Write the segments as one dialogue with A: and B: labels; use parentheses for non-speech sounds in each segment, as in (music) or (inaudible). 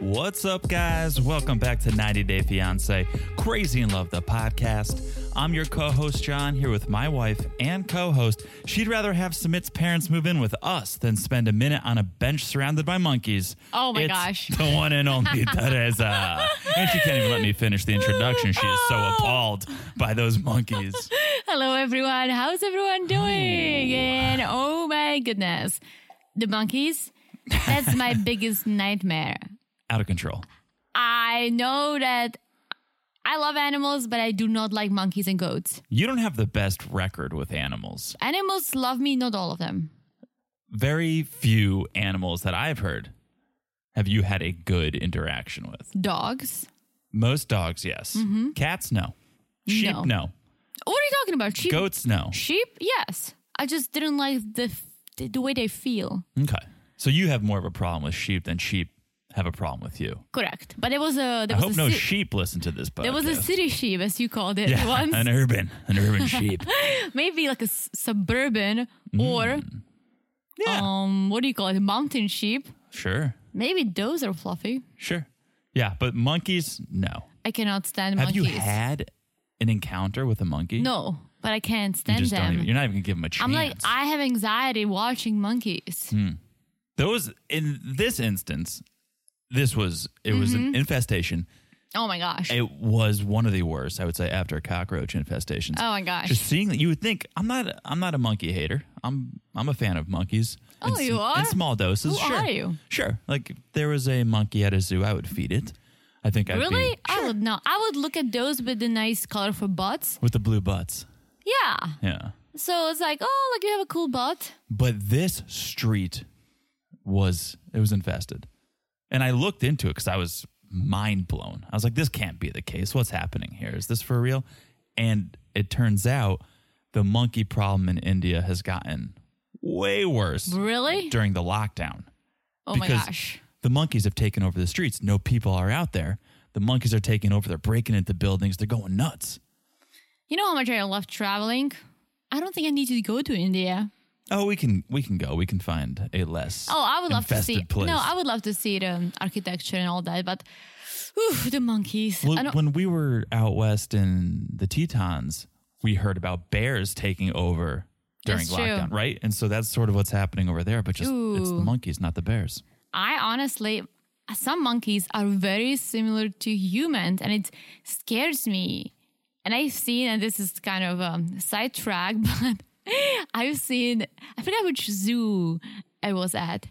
A: What's up, guys? Welcome back to 90 Day Fiance Crazy in Love, the podcast. I'm your co host, John, here with my wife and co host. She'd rather have Sumit's parents move in with us than spend a minute on a bench surrounded by monkeys.
B: Oh my
A: It's
B: gosh.
A: The one and
B: (laughs)
A: only Teresa. And she can't even let me finish the introduction. She is so appalled by those monkeys.
B: Hello, everyone. How's everyone doing? And oh my goodness, the monkeys.
A: (laughs)
B: That's my biggest nightmare.
A: Out of control.
B: I know that I love animals, but I do not like monkeys and goats.
A: You don't have the best record with animals.
B: Animals love me, not all of them.
A: Very few animals that I've heard have you had a good interaction with.
B: Dogs.
A: Most dogs, yes. Cats, no. Sheep, no.
B: Mm-hmm. No. What are you talking about? Sheep.
A: Goats, no.
B: Sheep. Yes. I just didn't like the the, the way they feel.
A: Okay. So you have more of a problem with sheep than sheep have a problem with you.
B: Correct. But there was a
A: I
B: there was
A: hope
B: a
A: no
B: ci-
A: sheep listen to this podcast.
B: there was a city sheep, as you called it
A: yeah,
B: once.
A: an urban, an urban
B: (laughs)
A: sheep.
B: maybe like a s- suburban
A: Mm.
B: or
A: Yeah,
B: um what do you call it mountain sheep
A: sure,
B: maybe those are fluffy
A: sure. Yeah, but monkeys, no.
B: i cannot stand
A: Have
B: monkeys
A: you had an encounter with a monkey?
B: no but i can't
A: you
B: stand
A: just don't
B: them
A: even, you're not even gonna give them a chance.
B: i'm like i have anxiety watching monkeys
A: Hmm. those in this instance, this was it was
B: Mm-hmm.
A: an infestation.
B: oh my gosh
A: It was one of the worst, I would say, after cockroach infestations.
B: oh my gosh
A: just seeing that you would think I'm not I'm not a monkey hater. I'm I'm a fan of monkeys.
B: Oh,
A: in,
B: you
A: sm-
B: are?
A: in small doses.
B: Who
A: sure.
B: are you?
A: Sure. Like if there was a monkey at a zoo, I would feed it. I think I'd
B: really
A: be
B: i would not i would look at those with the nice colorful butts
A: with the blue butts.
B: yeah
A: Yeah.
B: so it's like oh look you have a cool butt
A: But this street was it was infested, and I looked into it because I was mind blown. I was like, this can't be the case. What's happening here? Is this for real? And it turns out the monkey problem in India has gotten way worse
B: really
A: during the lockdown.
B: oh my
A: because-
B: gosh
A: The monkeys have taken over the streets. No people are out there. The monkeys are taking over. They're breaking into buildings. They're going nuts.
B: you know how much i love traveling i don't think i need to go to india
A: Oh, we can we can go. We can find a less.
B: Oh, I would love to
A: infested
B: see.
A: Place.
B: No, I would love to see the architecture and all that, but oof, the monkeys. I
A: Well,
B: don't,
A: when we were out west in the Tetons, we heard about bears taking over during
B: That's true.
A: lockdown, right? And so that's sort of what's happening over there. But just it's the
B: Ooh.
A: monkeys, not the bears.
B: I honestly, some monkeys are very similar to humans, and it scares me. And I've seen, and this is kind of um, sidetrack, (laughs) but I've seen. I forgot which zoo I was at,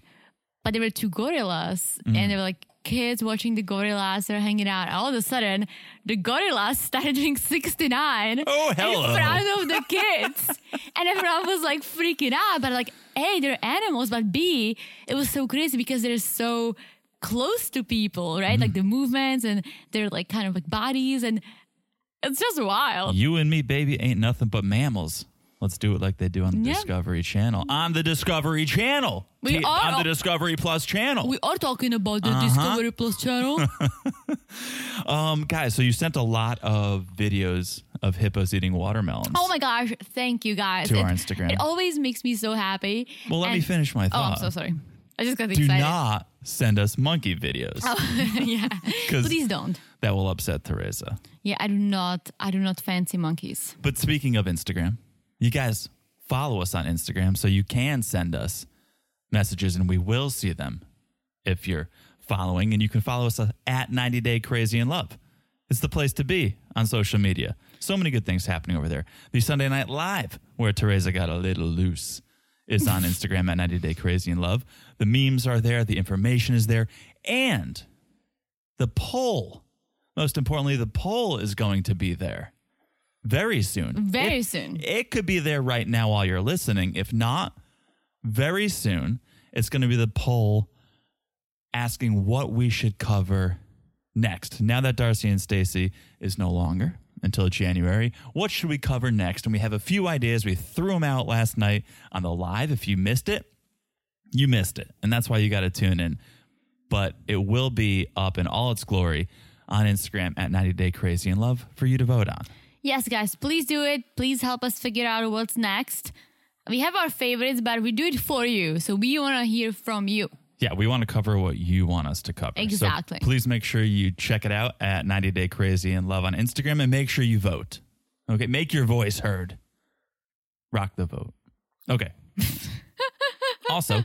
B: but there were two gorillas,
A: Mm-hmm.
B: and they were like kids watching the gorillas. They're hanging out. All of a sudden, the gorillas started doing sixty nine.
A: Oh, hello.
B: In front of the
A: (laughs)
B: kids, and everyone was like freaking out. But like, a, they're animals, but b, it was so crazy because they're so close to people, right?
A: Mm-hmm.
B: Like the movements and they're like kind of like bodies, and it's just wild.
A: You and me, baby, ain't nothing but mammals. Let's do it like they do on the
B: Yeah.
A: Discovery Channel. On the Discovery Channel.
B: We are
A: on the
B: all-
A: Discovery Plus channel.
B: We are talking about the
A: Uh-huh.
B: Discovery Plus
A: (laughs)
B: channel.
A: um, guys, so you sent a lot of videos of hippos eating watermelons.
B: oh my gosh, thank you guys.
A: To
B: it,
A: our Instagram.
B: It always makes me so happy.
A: well, let me
B: And-
A: finish my
B: Oh, I'm
A: thought.
B: so sorry. I just got
A: do
B: excited.
A: not send us monkey videos.
B: (laughs) yeah.
A: 'Cause-
B: Oh, Please don't.
A: That will upset Teresa.
B: Yeah, I do not I do not fancy monkeys.
A: But speaking of Instagram, you guys follow us on Instagram so you can send us messages and we will see them if you're following. And you can follow us at 90 Day Crazy in Love. It's the place to be on social media. So many good things happening over there. The Sunday Night Live, where Teresa got a little loose, is on Instagram at 90 Day Crazy in Love. The memes are there, the information is there, and the poll. Most importantly, the poll is going to be there very soon.
B: Very
A: It-
B: soon.
A: It could be there right now while you're listening. If not, very soon, it's going to be the poll asking what we should cover next. Now that Darcy and Stacy is no longer until January, what should we cover next? And we have a few ideas. We threw them out last night on the live. If you missed it, you missed it. And that's why you got to tune in. But it will be up in all its glory on Instagram at 90 Day Crazy in Love for you to vote on.
B: Yes, guys, please do it. Please help us figure out what's next. We have our favorites, but we do it for you. So we want to hear from you.
A: Yeah, we want to cover what you want us to cover. So
B: Exactly.
A: please make sure you check it out at 90 Day Crazy and Love on Instagram and make sure you vote. Okay, make your voice heard. Rock the vote. Okay. also,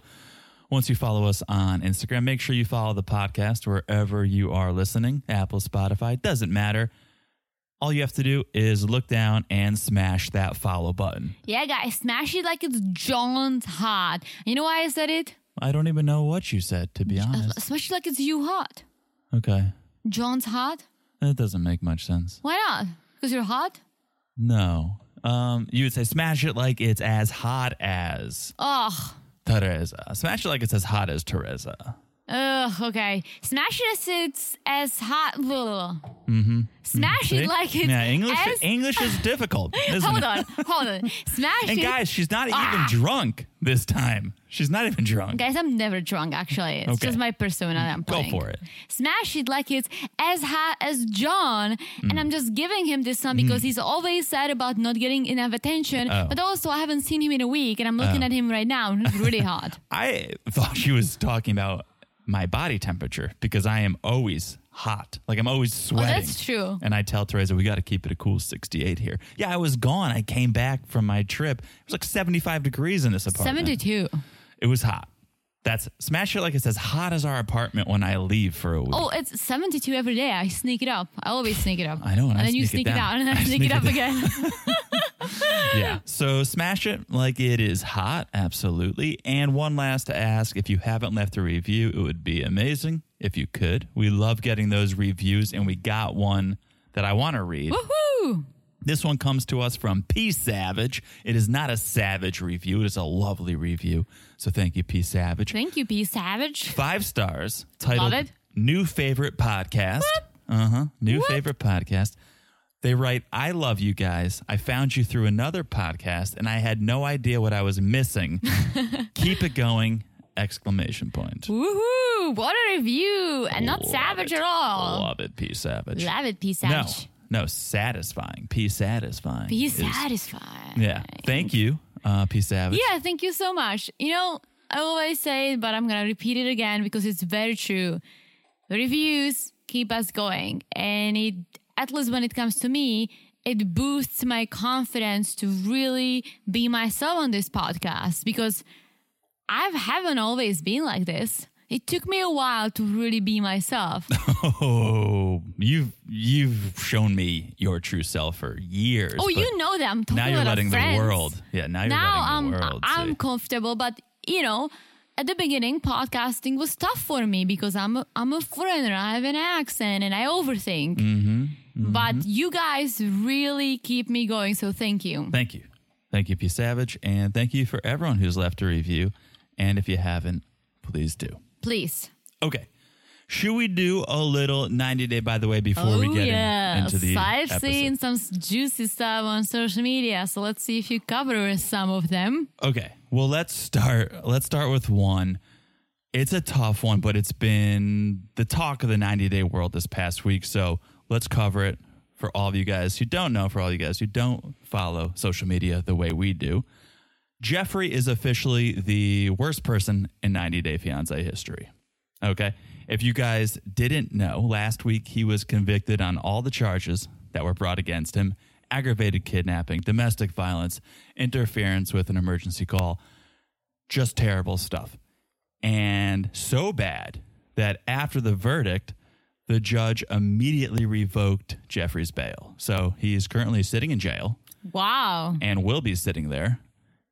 A: once you follow us on Instagram, make sure you follow the podcast wherever you are listening Apple, Spotify, doesn't matter. All you have to do is look down and smash that follow button.
B: Yeah, guys, smash it like it's John's hot. You know why I said it?
A: I don't even know what you said, to be honest.
B: Smash it like it's you hot.
A: Okay.
B: John's hot?
A: That doesn't make much sense.
B: Why not? Because you're hot?
A: No. Um, you would say smash it like it's as hot as
B: Ugh.
A: Teresa. Smash it like it's as hot as Teresa.
B: Ugh, okay. Smash it as it's as hot. Mm-hmm. Smash
A: See?
B: it like it's
A: yeah, English.
B: as-
A: English
B: (laughs)
A: is difficult. Isn't
B: Hold
A: it?
B: on,
A: (laughs)
B: hold on. Smash
A: And
B: it.
A: guys, she's not
B: Ah.
A: even drunk this time. She's not even drunk.
B: Guys, I'm never drunk, actually. It's
A: Okay.
B: just my persona that I'm
A: Go
B: playing.
A: for it.
B: Smash it like it's as hot as John.
A: Mm-hmm.
B: And I'm just giving him this one because he's always sad about not getting enough attention.
A: Mm. Oh.
B: But also, I haven't seen him in a week and I'm looking at him right now. and He's
A: (laughs)
B: really hot.
A: I thought she was talking about my body temperature because I am always hot. Like I'm always
B: Well,
A: sweating.
B: Oh, that's true.
A: And I tell Teresa, we got to keep it a cool 68 here. Yeah, I was gone. I came back from my trip. It was like 75 degrees in this apartment.
B: 72.
A: It was hot. That's smash it like it's as hot as our apartment when I leave for a week.
B: Oh, it's 72 every day. I sneak it up. I always sneak it up.
A: I know, and (laughs) I
B: then you
A: sneak
B: sneak
A: it
B: it,
A: down.
B: out and then I sneak it up again.
A: Yeah. So smash it like it is hot. Absolutely. And one last ask if you haven't left a review, it would be amazing if you could. We love getting those reviews, and we got one that I want to read.
B: Woohoo!
A: This one comes to us from P Savage. It is not a savage review, it is a lovely review. So thank you, P Savage.
B: Thank you, P Savage.
A: Five stars titled
B: Love it.
A: New Favorite Podcast. Uh huh. New Favorite Podcast. They write, I love you guys. I found you through another podcast and I had no idea what I was
B: (laughs)
A: missing. Keep it going. Exclamation point.
B: Woohoo! What a review! And not
A: Love
B: savage
A: it.
B: at all.
A: Love it, P Savage.
B: Love it, P
A: no,
B: Savage.
A: no, satisfying. P satisfying.
B: Be
A: is-
B: satisfied.
A: Yeah. Thank you, uh, P Savage.
B: Yeah, thank you so much. You know, I always say it, but I'm going to repeat it again because it's very true. Reviews keep us going. And it, at least when it comes to me, it boosts my confidence to really be myself on this podcast because I haven't always been like this. It took me a while to really be myself.
A: (laughs) (laughs) Oh, you've you've shown me your true self for years.
B: Oh,
A: but
B: you know them. Talking
A: now you're
B: about our
A: letting the
B: friends.
A: world. Yeah, now you're
B: now
A: letting
B: I'm
A: the world.
B: I'm
A: see.
B: comfortable, but you know, at the beginning, podcasting was tough for me because I'm a, I'm a foreigner, I have an accent, and I overthink.
A: Mm-hmm,
B: But you guys really keep me going, so thank you.
A: Thank you. Thank you, P Savage, and thank you for everyone who's left a review. And if you haven't, please do.
B: Please,
A: Okay. Should we do a little 90 day by the way before
B: oh
A: we get in-
B: yeah,
A: into the
B: I've
A: episode?
B: seen some s- juicy stuff on social media, so let's see if you cover some of them.
A: Okay. Well, let's start. Let's start with one. It's a tough one, but it's been the talk of the 90 day world this past week. So let's cover it for all of you guys who don't know, for all you guys who don't follow social media the way we do. Jeffrey is officially the worst person in 90 Day Fiancé history. Okay. If you guys didn't know, last week he was convicted on all the charges that were brought against him aggravated kidnapping, domestic violence, interference with an emergency call, just terrible stuff. And so bad that after the verdict, the judge immediately revoked Jeffrey's bail. So he is currently sitting in jail
B: Wow,
A: and will be sitting there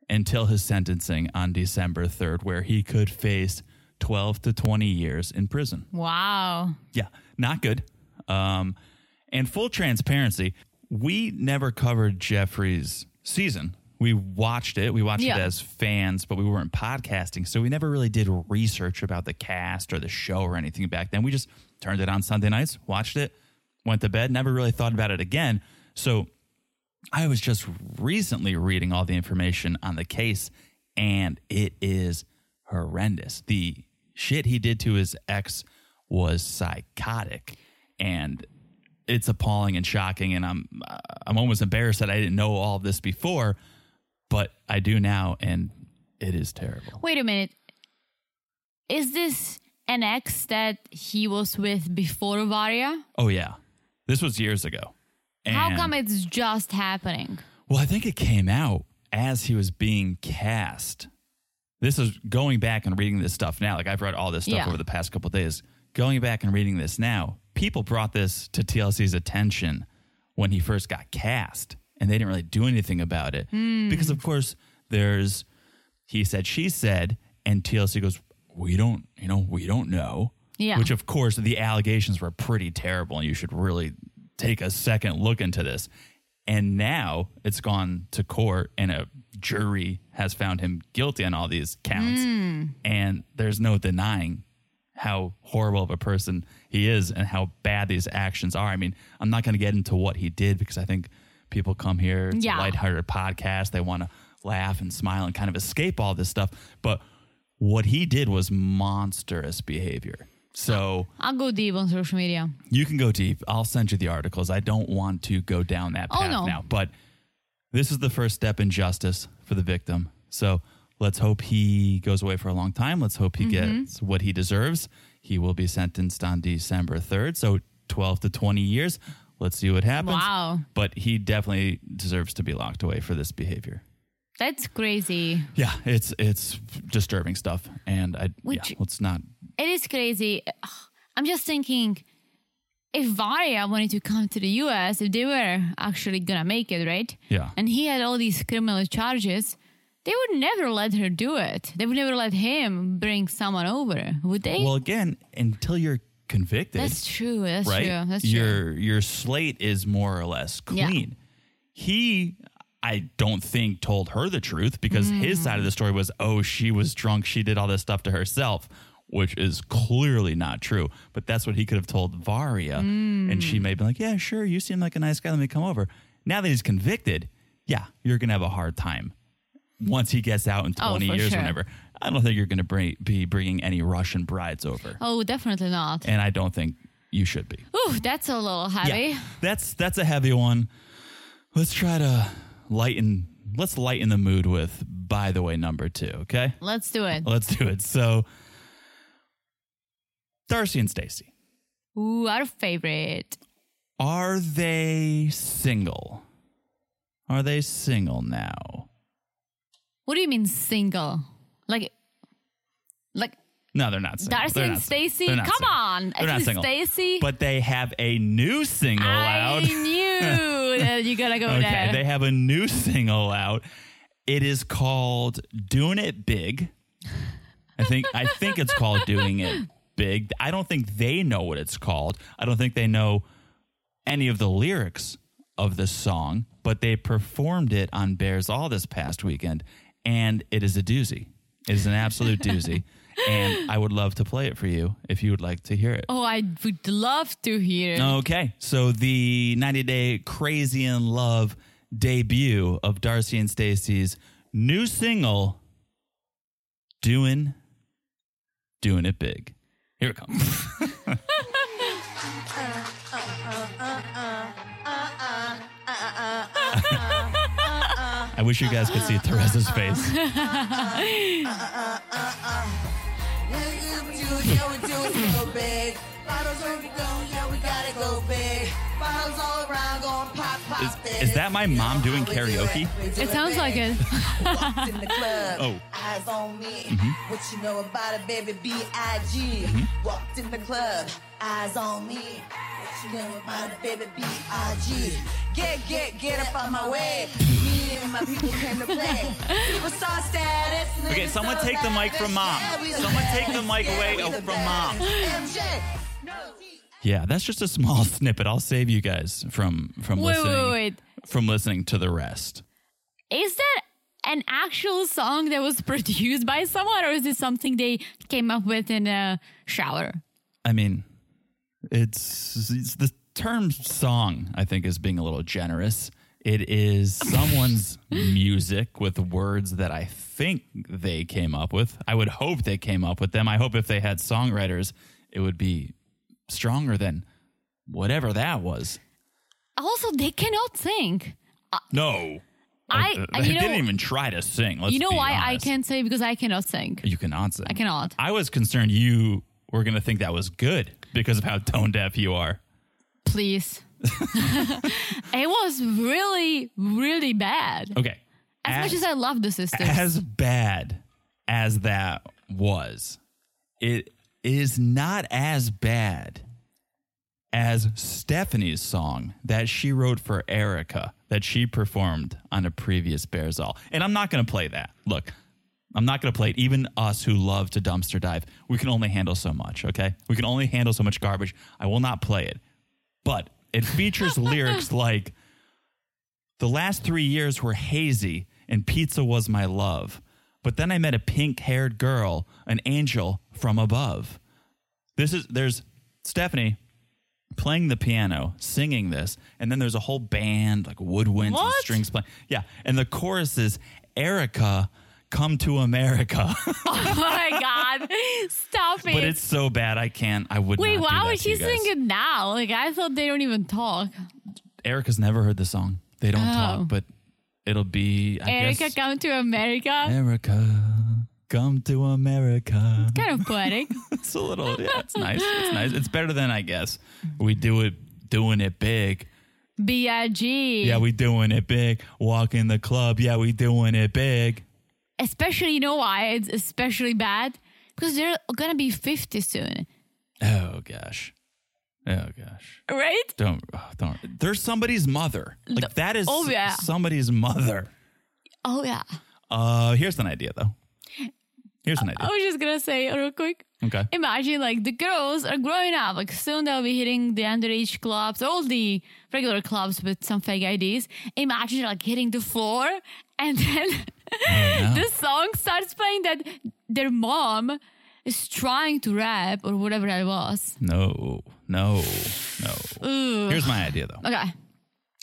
A: until his sentencing on December 3rd, where he could face 12 to 20 years in prison.
B: wow,
A: Yeah, not good. Um, and full transparency, we never covered Jeffrey's season. We watched it. We watched
B: Yeah.
A: it as fans, but we weren't podcasting. So we never really did research about the cast or the show or anything back then. We just turned it on Sunday nights, watched it, went to bed, never really thought about it again. So I was just recently reading all the information on the case, and it is horrendous. The shit he did to his ex was psychotic, and it's appalling and shocking. And I'm I'm almost embarrassed that I didn't know all of this before, but I do now, and it is terrible.
B: Wait a minute. Is this an ex that he was with before Varya?
A: Oh yeah, this was years ago.
B: How
A: And-
B: come it's just happening?
A: Well, I think it came out as he was being cast. This is going back and reading this stuff now. Like I've read all this stuff
B: Yeah.
A: over the past couple of days. Going back and reading this now, people brought this to TLC's attention when he first got cast, and they didn't really do anything about it because, of course, there's he said, she said, and TLC goes, we don't, you know, we don't know.
B: Yeah.
A: Which, of course, the allegations were pretty terrible, and you should really take a second look into this. And now it's gone to court, and a jury has found him guilty on all these counts. And there's no denying how horrible of a person he is and how bad these actions are. I mean, I'm not going to get into what he did because I think people come here, it's
B: Yeah.
A: a lighthearted podcast. They want to laugh and smile and kind of escape all this stuff. But what he did was monstrous behavior. So
B: I'll go deep on social media.
A: you can go deep. I'll send you the articles. I don't want to go down that
B: Oh,
A: path
B: no.
A: now, but this is the first step in justice for the victim. So let's hope he goes away for a long time. Let's hope he
B: Mm-hmm.
A: gets what he deserves. He will be sentenced on December 3rd, so 12 to 20 years. Let's see what happens.
B: Wow.
A: But he definitely deserves to be locked away for this behavior.
B: That's crazy.
A: Yeah, it's it's disturbing stuff, and I
B: Which-
A: yeah, let's not.
B: It is crazy. Ugh, I'm just thinking if Varya wanted to come to the US, if they were actually gonna make it, right?
A: Yeah.
B: And he had all these criminal charges, they would never let her do it. They would never let him bring someone over, would they?
A: Well, again, until you're convicted,
B: that's true. That's
A: right?
B: true. That's true.
A: your your slate is more or less
B: Yeah.
A: clean. He I don't think told her the truth because
B: Mm.
A: his side of the story was oh she was drunk, she did all this stuff to herself, which is clearly not true. But that's what he could have told Varia and
B: Mm.
A: she may have been like, "Yeah, sure, you seem like a nice guy, let me come over." Now that he's convicted, yeah, you're going to have a hard time once he gets out in
B: Oh,
A: 20
B: for
A: years
B: sure.
A: or whenever. I don't think you're going to bring, be bringing any Russian brides over.
B: Oh, definitely not.
A: And I don't think you should be.
B: Ooh, that's a little heavy.
A: Yeah, that's that's a heavy one. Let's try to lighten. Let's lighten the mood with. By the way, number two. Okay,
B: Let's do it.
A: let's do it. So, Darcy and Stacy,
B: Ooh, our favorite.
A: are they single? Are they single now?
B: What do you mean single? Like, like
A: No, they're not single.
B: Darcy
A: They're
B: and
A: not-
B: Stacy?
A: they're not
B: Come
A: single.
B: on.
A: they're not
B: Actually,
A: single.
B: Stacy?
A: But they have a new single
B: I
A: out. (laughs)
B: knew that you gotta go
A: Okay,
B: there.
A: they have a new (laughs) single out. It is called "Doing It Big." I think I think it's called "Doing It Big." I don't think they know what it's called. I don't think they know any of the lyrics of the song, but they performed it on Bears All this past weekend, and it is a doozy. It is an absolute doozy, and I would love to play it for you if you would like to hear it.
B: oh, I would love to hear.
A: Okay. So the 90 Day Crazy in Love debut of Darcy and Stacy's new single, Doing, Doing It Big. Here it comes. (laughs) I wish you guys could see Theresa's face.
C: Yeah, we do it so big. Bottles on the go, yeah, we gotta go big. Bottles all around, going pop, pop.
A: Is- is that my mom doing karaoke?
B: It sounds
A: (laughs)
B: like it.
C: Walked in the club,
A: Oh. Mm-hmm.
C: eyes on me. What you know about it, baby? B I G. Walked in the club, eyes on me. What you know about it, baby? B I G. Get, get, get up out my way. Me and my people came to play. Superstar status.
A: Okay,
C: niggas
A: someone
C: so
A: take the mic from mom.
C: lavish. Yeah, we the
A: Someone take the mic
C: best. Yeah,
A: away
C: we the
A: from mom.
C: best. MJ.
A: Yeah, that's just a small (laughs) snippet. I'll save you guys from from
B: Wait,
A: listening
B: wait, wait.
A: from listening to the rest.
B: Is that an actual song that was produced by someone, or is it something they came up with in a shower?
A: I mean, it's, it's the term song, I think, is being a little generous. It is someone's music with words that I think they came up with. I would hope they came up with them. I hope if they had songwriters, it would be stronger than whatever that was.
B: Also, they cannot sing.
A: No.
B: I,
A: I
B: you know,
A: Oh, Uh, didn't even try to sing. Let's
B: you know
A: be
B: why I
A: honest.
B: can't say because I cannot sing.
A: You cannot sing.
B: I cannot.
A: I was concerned you were going to think that was good because of how tone deaf you are. (laughs)
B: Please. it was really, really bad.
A: Okay.
B: As much as I love the sisters,
A: as bad as that was, it is not as bad as Stephanie's song that she wrote for Erica that she performed on a previous Bears All. And I'm not going to play that. Look, I'm not going to play it. Even us who love to dumpster dive, we can only handle so much, okay? We can only handle so much garbage. I will not play it. But it
B: (laughs)
A: features lyrics like the last three years were hazy and pizza was my love. But then I met a pink haired girl, an angel from above. This is, there's Stephanie playing the piano, singing this, and then there's a whole band, like woodwinds and
B: What?
A: strings playing. Yeah. And the chorus is Erica, come to America.
B: (laughs)
A: (laughs)
B: oh my god, stop it!
A: but it's so bad, I can't, I would not.
B: Wait,
A: do
B: why
A: that
B: would
A: to
B: she
A: you guys.
B: sing it now? Like I thought they don't even talk.
A: Erica's never heard the song. They don't
B: Oh.
A: talk, but it'll be, I
B: Erica,
A: guess.
B: come to America.
A: America, come to
B: (laughs)
A: America.
B: kind
A: (laughs)
B: of poetic.
A: It's a little, yeah, it's nice. It's nice. It's better than I guess. We do it, doing it big.
B: B I G.
A: Yeah, we doing it big. Walk in the club. Yeah, we doing it big.
B: especially you know why it's especially bad because they're gonna be 50 soon
A: Oh gosh. Oh gosh.
B: right
A: Don't oh, don't. They're somebody's mother. Like that is
B: oh, yeah.
A: somebody's mother.
B: oh yeah
A: Uh, here's an idea though. Here's an
B: i
A: idea.
B: was just gonna say real quick
A: Okay.
B: imagine like the girls are growing up like soon they'll be hitting the underage clubs all the regular clubs with some fake ids imagine like hitting the floor (laughs) and then the song starts playing that their mom is trying to rap or whatever that was
A: No, no, no.
B: Ooh.
A: Here's my idea though.
B: okay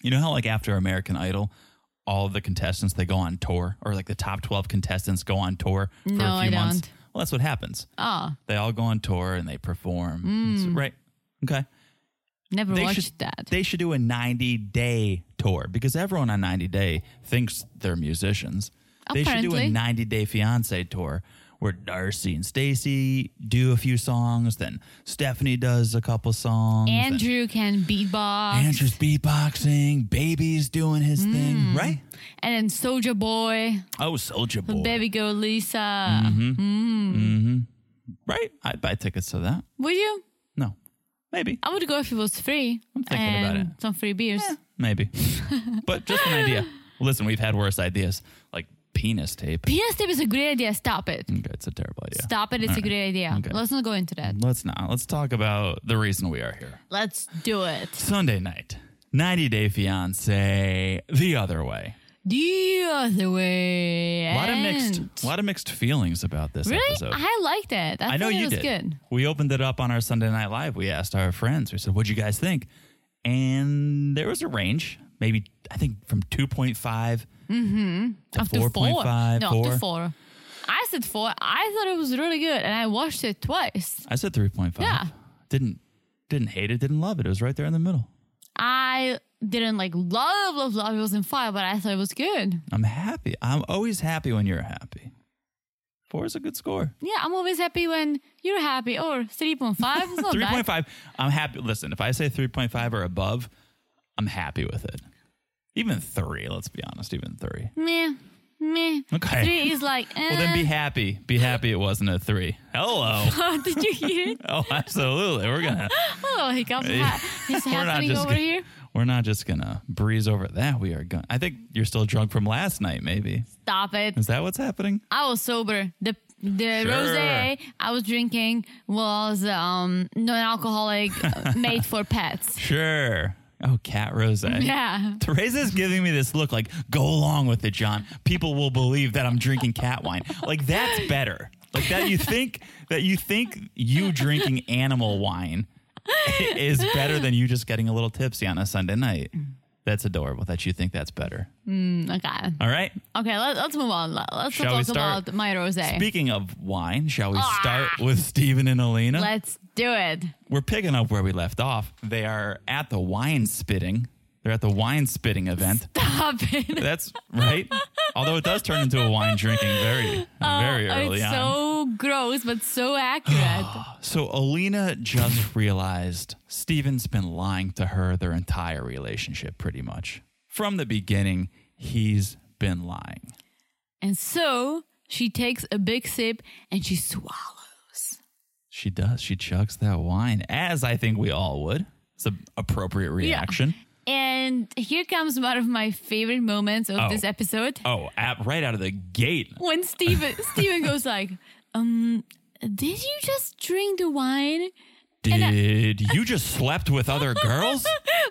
A: You know how like after American Idol, all the contestants they go on tour, or like the top twelve contestants go on tour for
B: No,
A: a
B: I
A: few months.
B: don't.
A: Well, that's what happens.
B: oh
A: They all go on tour and they perform. It's- right? Okay.
B: never
A: They
B: watched
A: should
B: Mm. that
A: they should do a ninety day tour because everyone on ninety day thinks they're musicians. They should do a
B: Apparently.
A: ninety day fiance tour where Darcy and Stacy do a few songs, then Stephanie does a couple songs. then
B: andrew can beatbox
A: Andrew's beatboxing, baby's doing his
B: Mm.
A: thing, right?
B: And then Soldier Boy,
A: Oh, Soldier Boy. Mm-hmm.
B: Baby Girl Lisa.
A: Right? I'd buy tickets to that.
B: Would you?
A: No. Maybe.
B: I would go if it was free. I'm
A: thinking
B: and
A: about it.
B: Some free beers. (laughs)
A: Maybe. but just an idea. Listen, we've had worse ideas like penis tape.
B: Penis tape is a great idea. Stop it.
A: okay, it's a terrible idea.
B: Stop it. It's a great idea.
A: Okay.
B: Let's not go into that.
A: Let's not. Let's talk about the reason we are here.
B: Let's do it.
A: Sunday night, 90 Day Fiance, the other way.
B: The other way.
A: A lot of mixed,
B: And-
A: a lot of mixed feelings about this
B: Really?
A: episode.
B: I liked it. I,
A: I know
B: thought it
A: you
B: was
A: did.
B: good.
A: We opened it up on our Sunday Night Live. We asked our friends. We said, "What'd you guys think?" And there was a range, maybe I think from two to
B: Mm-hmm. Up to
A: four point five.
B: No, up to four. I said four. I thought it was really good, and I watched it twice.
A: I said three point five.
B: Yeah.
A: Didn't didn't hate it. Didn't love it. It was right there in the middle.
B: I didn't like love, love, love. It wasn't five, but I thought it was good.
A: I'm happy. I'm always happy when you're happy. Four is a good score.
B: Yeah, I'm always happy when you're happy. Or 3.5 is
A: (laughs)
B: not
A: Three
B: bad.
A: point five. I'm happy. Listen, if I say three point five or above, I'm happy with it. Even three. Let's be honest. Even three.
B: Meh, meh.
A: Okay.
B: Three is like, eh.
A: Well, then be happy. Be happy it wasn't a three. Hello.
B: eh. (laughs) Did you hear it?
A: Oh, (laughs) absolutely. We're gonna.
B: (laughs) Oh, hiccups. Ha-
A: (laughs)
B: it's
A: We're not
B: happening
A: just
B: over
A: gonna,
B: here.
A: We're not just gonna breeze over that. We are going. to I think you're still drunk from last night. Maybe
B: Stop it.
A: is that what's happening?
B: I was sober. The the
A: Sure.
B: rosé I was drinking was um non-alcoholic
A: (laughs)
B: uh, made for pets.
A: Sure. Oh, cat rose. (laughs)
B: Yeah.
A: Teresa's giving me this look like, go along with it, John. People will believe that I'm drinking cat wine. Like that's better. Like that you think that you think you drinking animal wine (laughs) is better than you just getting a little tipsy on a Sunday night. That's adorable that you think that's better.
B: Mm, Okay.
A: All right.
B: Okay, let, let's move on. Let, us
A: Shall we
B: not talk
A: start?
B: about my rosé.
A: Speaking of wine, shall we
B: Ah.
A: start with Steven and Alina?
B: Let's do it.
A: We're picking up where we left off. They are at the wine spitting They're at the wine spitting event.
B: Stop it.
A: That's right. Although it does turn into a wine drinking very, (laughs) very early
B: Oh, (laughs) it's
A: on.
B: so gross, but so accurate.
A: (sighs) So Alina
B: (laughs)
A: just realized Steven's been lying to her their entire relationship, pretty much. From the beginning, he's been lying.
B: and so she takes a big sip and she swallows.
A: She does. She chugs that wine, as I think we all would. It's an appropriate reaction.
B: And here comes one of my favorite moments of
A: Oh.
B: this episode.
A: Oh, at, right out of the gate.
B: when
A: (laughs)
B: Steven Steven goes like, um, did you just drink the wine? And I-
A: Did you just slept with other
B: (laughs)
A: girls?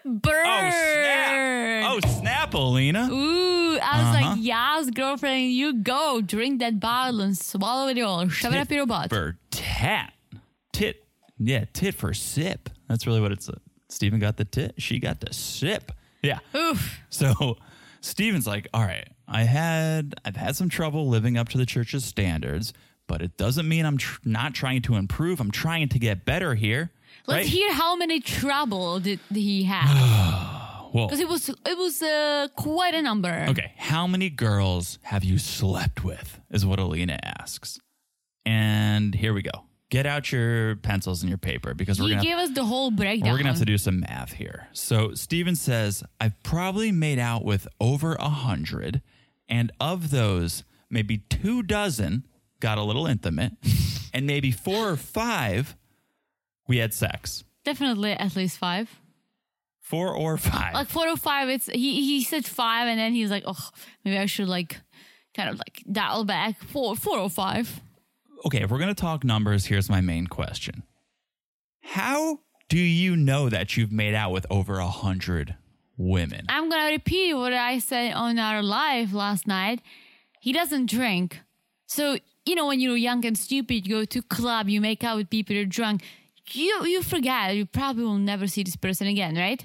B: Burn.
A: Oh, snap. Uh-huh. Oh, snap, Alina.
B: Ooh, I was like, yes, girlfriend, you go drink that bottle and swallow it all. Shove it up your butt.
A: For tat. Tit. Yeah, tit for sip. That's really what it's. Uh, Steven got the tit. She got the sip. Yeah. (laughs)
B: Oof.
A: So Steven's like, all right, I had I've had some trouble living up to the church's standards, but it doesn't mean I'm tr- not trying to improve. I'm trying to get better here.
B: Let's
A: right?
B: hear how many trouble did he have.
A: (sighs) Well,
B: Because it was it was uh, quite a number.
A: okay, how many girls have you slept with? Is what Alina asks. And here we go. Get out your pencils and your paper because we're
B: He
A: gonna
B: gave us the whole breakdown.
A: We're gonna have to do some math here. So Steven says, I've probably made out with over a hundred, and of those, maybe two dozen got a little intimate, (laughs) and maybe four or five we had sex.
B: Definitely at least five.
A: Four or five.
B: Like four or five, it's he he said five and then he's like, Oh, maybe I should like kind of like dial back. Four four or five.
A: Okay, if we're gonna talk numbers, here's my main question. How do you know that you've made out with over a hundred women?
B: I'm gonna repeat what I said on our live last night. He doesn't drink. So, you know, when you're young and stupid, you go to club, you make out with people, you're drunk. You you forget, you probably will never see this person again, right?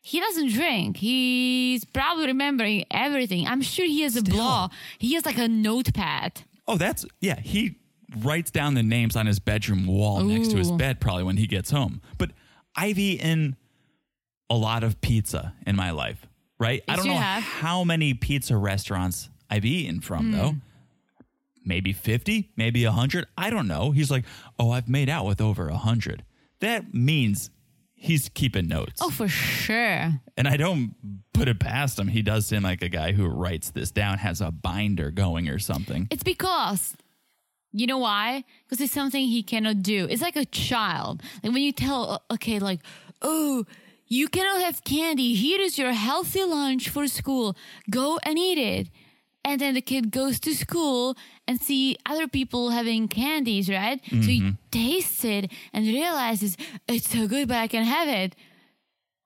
B: He doesn't drink. He's probably remembering everything. I'm sure he has a blog. He has like a notepad.
A: Oh, that's yeah. He writes down the names on his bedroom wall next to his
B: Ooh.
A: bed probably when he gets home. But I've eaten a lot of pizza in my life, right? I
B: Yes,
A: don't
B: you
A: know
B: have.
A: how many pizza restaurants I've eaten from
B: Hmm.
A: though. Maybe 50, maybe 100. I don't know. He's like, "Oh, I've made out with over 100." That means he's keeping notes.
B: Oh, for sure.
A: And I don't put it past him. He does seem like a guy who writes this down, has a binder going or something.
B: It's because you know why? Because it's something he cannot do. It's like a child. Like when you tell uh, okay, like, oh, you cannot have candy. Here is your healthy lunch for school. Go and eat it. And then the kid goes to school and see other people having candies, right? So he tastes it and realizes it's so good, but I can have it.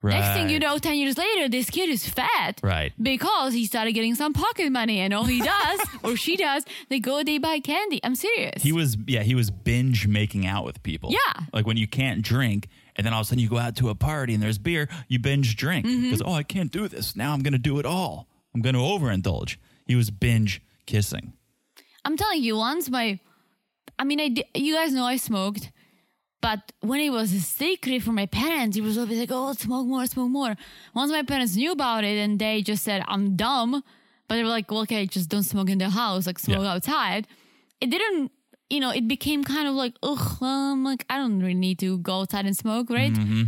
B: Next thing you
A: Right.
B: know, 10 years later, this kid is fat.
A: Right.
B: Because he started getting some pocket money, and
A: (laughs)
B: all he does, or she does, they go, they buy candy. I'm serious.
A: He was, yeah, he was binge making out with people.
B: Yeah.
A: Like when you can't drink and then all of a sudden you go out to a party and there's beer, you binge drink
B: Mm-hmm.
A: because, oh, I can't do this. Now I'm going to do it all. I'm going to overindulge. He was binge kissing.
B: I'm telling you, once my, I mean, I di- you guys know I smoked, but when it was a secret for my parents, it was always like, oh, smoke more, smoke more. Once my parents knew about it and they just said, I'm dumb, but they were like, well, okay, just don't smoke in the house, like smoke
A: Yeah.
B: outside. It didn't, you know, it became kind of like, ugh, um, like I don't really need to go outside and smoke, right?
A: Mm-hmm.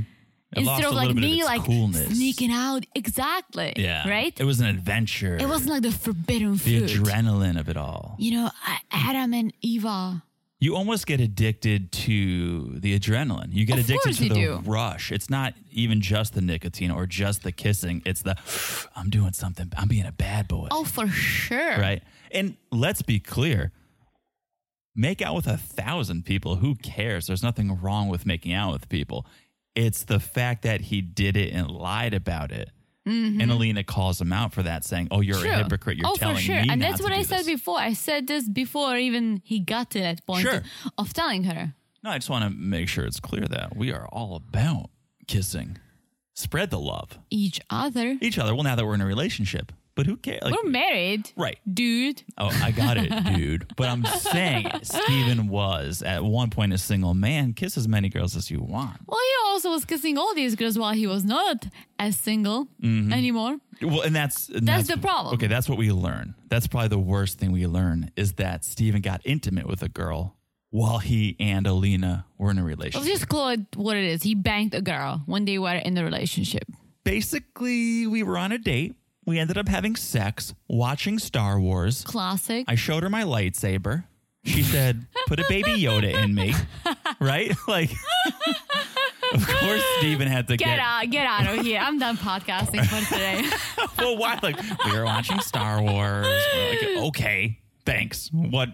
A: It
B: Instead
A: lost
B: of
A: a little
B: like
A: bit of
B: me,
A: its
B: like
A: coolness.
B: sneaking out, exactly,
A: Yeah.
B: right?
A: It was an adventure.
B: It wasn't like the forbidden
A: the
B: food.
A: adrenaline of it all.
B: you know, I- Adam and Eva.
A: You almost get addicted to the adrenaline. You get
B: Of
A: addicted
B: course
A: to
B: you
A: the
B: do.
A: rush. It's not even just the nicotine or just the kissing. It's the I'm doing something. I'm being a bad boy.
B: Oh, for
A: (laughs)
B: sure.
A: right? And let's be clear make out with a thousand people. Who cares? There's nothing wrong with making out with people. It's the fact that he did it and lied about it. And Alina calls him out for that, saying, Oh, you're
B: Mm-hmm. True.
A: a hypocrite. You're
B: oh,
A: telling
B: for sure.
A: me. not
B: and that's
A: to
B: what
A: do
B: I said
A: this."
B: before. I said this before even he got to that point
A: Sure.
B: of telling her.
A: No, I just want to make sure it's clear that we are all about kissing. spread the love.
B: Each other.
A: Each other. Well, now that we're in a relationship, but who cares? Like,
B: We're married.
A: right.
B: Dude.
A: Oh, I got it, dude. But I'm saying Steven was at one point a single man. Kiss as many girls as you want.
B: Well, he also was kissing all these girls while he was not as single
A: Mm-hmm.
B: anymore.
A: Well, and that's and
B: That's the problem.
A: Okay, that's what we learn. That's probably the worst thing we learn is that Steven got intimate with a girl while he and Alina were in a
B: Let's
A: relationship.
B: just call it what it is. He banged a girl when they were in a relationship.
A: Basically, we were on a date. We ended up having sex, watching Star Wars.
B: Classic.
A: I showed her my lightsaber. She said, "Put a baby Yoda in
B: (laughs)
A: me." Right? (laughs) Like Of course Steven had to
B: get,
A: get,
B: out, get out of here. I'm done podcasting
A: (laughs)
B: for today.
A: well, why? Like we were watching Star Wars. We're like, okay, thanks. What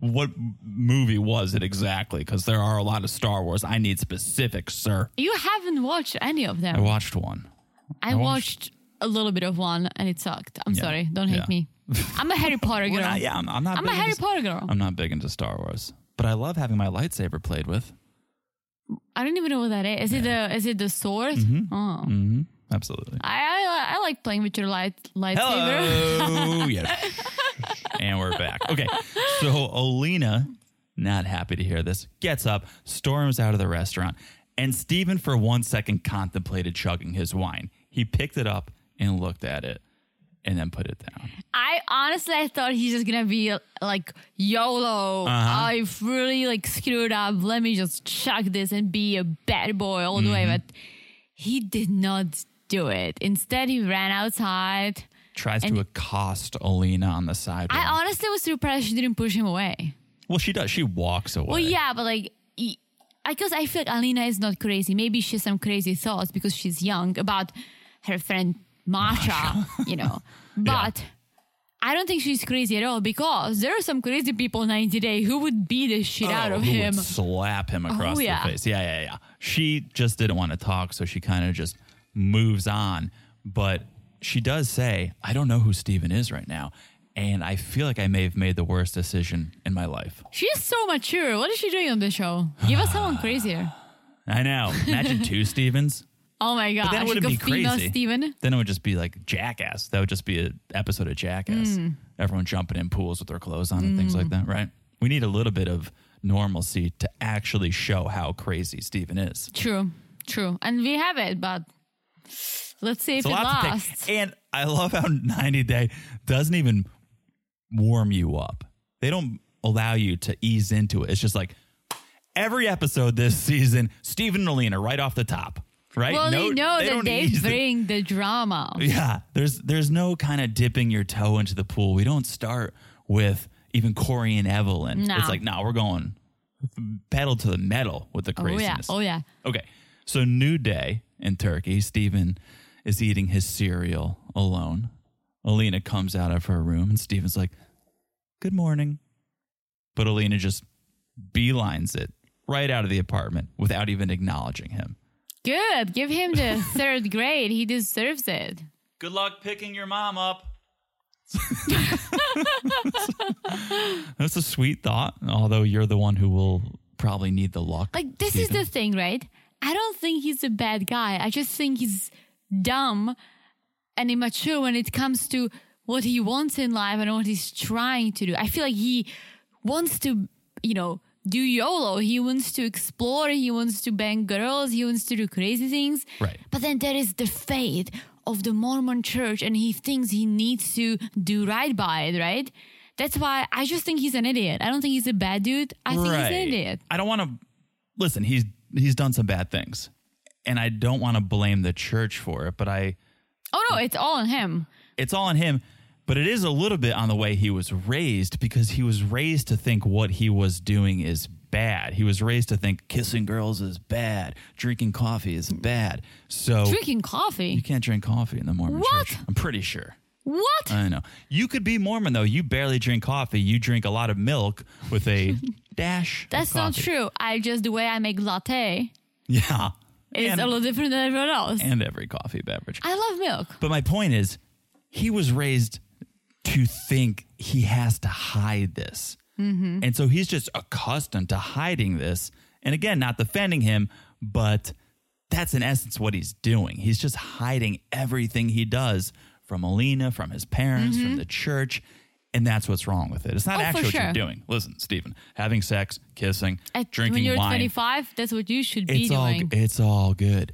A: what movie was it exactly? Because there are a lot of Star Wars. I need specifics, sir.
B: you haven't watched any of
A: I
B: them.
A: watched one.
B: I watched a little bit of one and it sucked. I'm
A: Yeah.
B: sorry. Don't hate
A: Yeah.
B: me. I'm a
A: (laughs)
B: Harry Potter girl.
A: Well, I- yeah, I'm, I'm not.
B: I'm a
A: big
B: Harry
A: into-
B: Potter girl.
A: I'm not big into Star Wars, but I love having my lightsaber played with.
B: I don't even know what that is. Is it the is it the sword?
A: Mm-hmm.
B: Oh.
A: Absolutely.
B: I, I I like playing with your light lightsaber.
A: Hello. (laughs) yes.
B: (laughs)
A: And we're back. Okay. So Olina, not happy to hear this, gets up, storms out of the restaurant, and Stephen for one second contemplated chugging his wine. He picked it up and looked at it and then put it down.
B: I honestly I thought he's just gonna be like
A: Uh-huh.
B: YOLO. I've really like screwed up. Let me just chuck this and be a bad boy all the way.
A: Mm-hmm.
B: But he did not do it. Instead, he ran outside.
A: Tries to accost Olina on the sidewalk.
B: I honestly was surprised she didn't push him away.
A: well, she does. She walks away.
B: Well, yeah, but like. he- I guess I feel like Alina is not crazy. Maybe she has some crazy thoughts because she's young about her friend
A: (laughs)
B: Masha, you know. But I don't think she's crazy at all because there are some crazy people 90 Day who would beat the shit out
A: Oh,
B: of
A: who would
B: him. Oh,
A: slap him across
B: yeah.
A: the face. Yeah, yeah, yeah. She just didn't want to talk, so she kind of just moves on. But she does say, I don't know who Steven is right now. And I feel like I may have made the worst decision in my life.
B: She's so mature. What is she doing on the show? Give us someone crazier.
A: I know. Imagine
B: (laughs)
A: two Stevens.
B: Oh my god.
A: That
B: She
A: wouldn't
B: got
A: be
B: female
A: crazy.
B: Steven.
A: Then it would just be like jackass. That would just be an episode of jackass.
B: Hmm.
A: Everyone jumping in pools with their clothes on and things like that, right? We need a little bit of normalcy to actually show how crazy Steven is.
B: True. True. And we have it, but let's see
A: It's
B: if
A: a
B: it
A: lot
B: lasts.
A: to take. And I love how 90 Day doesn't even warm you up. They don't allow you to ease into it. It's just like every episode this season, Steven and Alina right off the top, right?
B: Well,
A: No-
B: they know that
A: don't
B: they
A: ease it.
B: bring the drama.
A: Yeah, there's there's no kind of dipping your toe into the pool. We don't start with even Corey and Evelyn.
B: No.
A: It's like, no, we're going pedal to the metal with the
B: Oh yeah.
A: craziness.
B: Oh yeah.
A: Okay. So new day in Turkey. Stephen is eating his cereal alone. Alina comes out of her room and Stephen's like, "Good morning." But Alina just beelines it right out of the apartment without even acknowledging him.
B: Good. Give him the (laughs) third grade. He deserves it.
A: Good luck picking your mom up. (laughs) That's a sweet thought, although you're the one who will probably need the luck.
B: Like this is the thing, right? I don't think he's a bad guy. I just think he's dumb and immature when it comes to what he wants in life and what he's trying to do. I feel like he wants to, you know, do YOLO. He wants to explore. He wants to bang girls. He wants to do crazy things.
A: Right.
B: But then there is the faith of the Mormon church and he thinks he needs to do right by it, right? That's why I just think he's an idiot. I don't think he's a bad dude. I think he's an idiot.
A: I don't want to listen. He's he's done some bad things, and I don't want to blame the church for it. But I,
B: Oh no, it's all on him.
A: it's all on him. But it is a little bit on the way he was raised because he was raised to think what he was doing is bad. He was raised to think kissing girls is bad, drinking coffee is bad. So Oh.
B: Drinking
A: you
B: coffee.
A: can't drink coffee in the Mormon
B: What?
A: church. I'm pretty sure.
B: What?
A: I know. You could be Mormon though. You barely drink coffee. You drink a lot of milk with
B: (laughs)
A: a dash. of
B: That's not
A: coffee.
B: true. I just the way I make latte
A: Yeah.
B: is
A: And-
B: a little different than everyone else.
A: and every coffee beverage.
B: I love milk.
A: But my point is, he was raised to think he has to hide this.
B: Mm-hmm.
A: And so he's just accustomed to hiding this. And again, not defending him, but that's in essence what he's doing. He's just hiding everything he does from Alina, from his parents, from the church. And that's what's wrong with it. It's not
B: Mm-hmm. Oh, for
A: actually what
B: sure.
A: you're doing. Listen, Stephen, having sex, kissing,
B: At,
A: drinking
B: when you're
A: wine.
B: 25, that's what you should be
A: it's all
B: doing.
A: it's all good.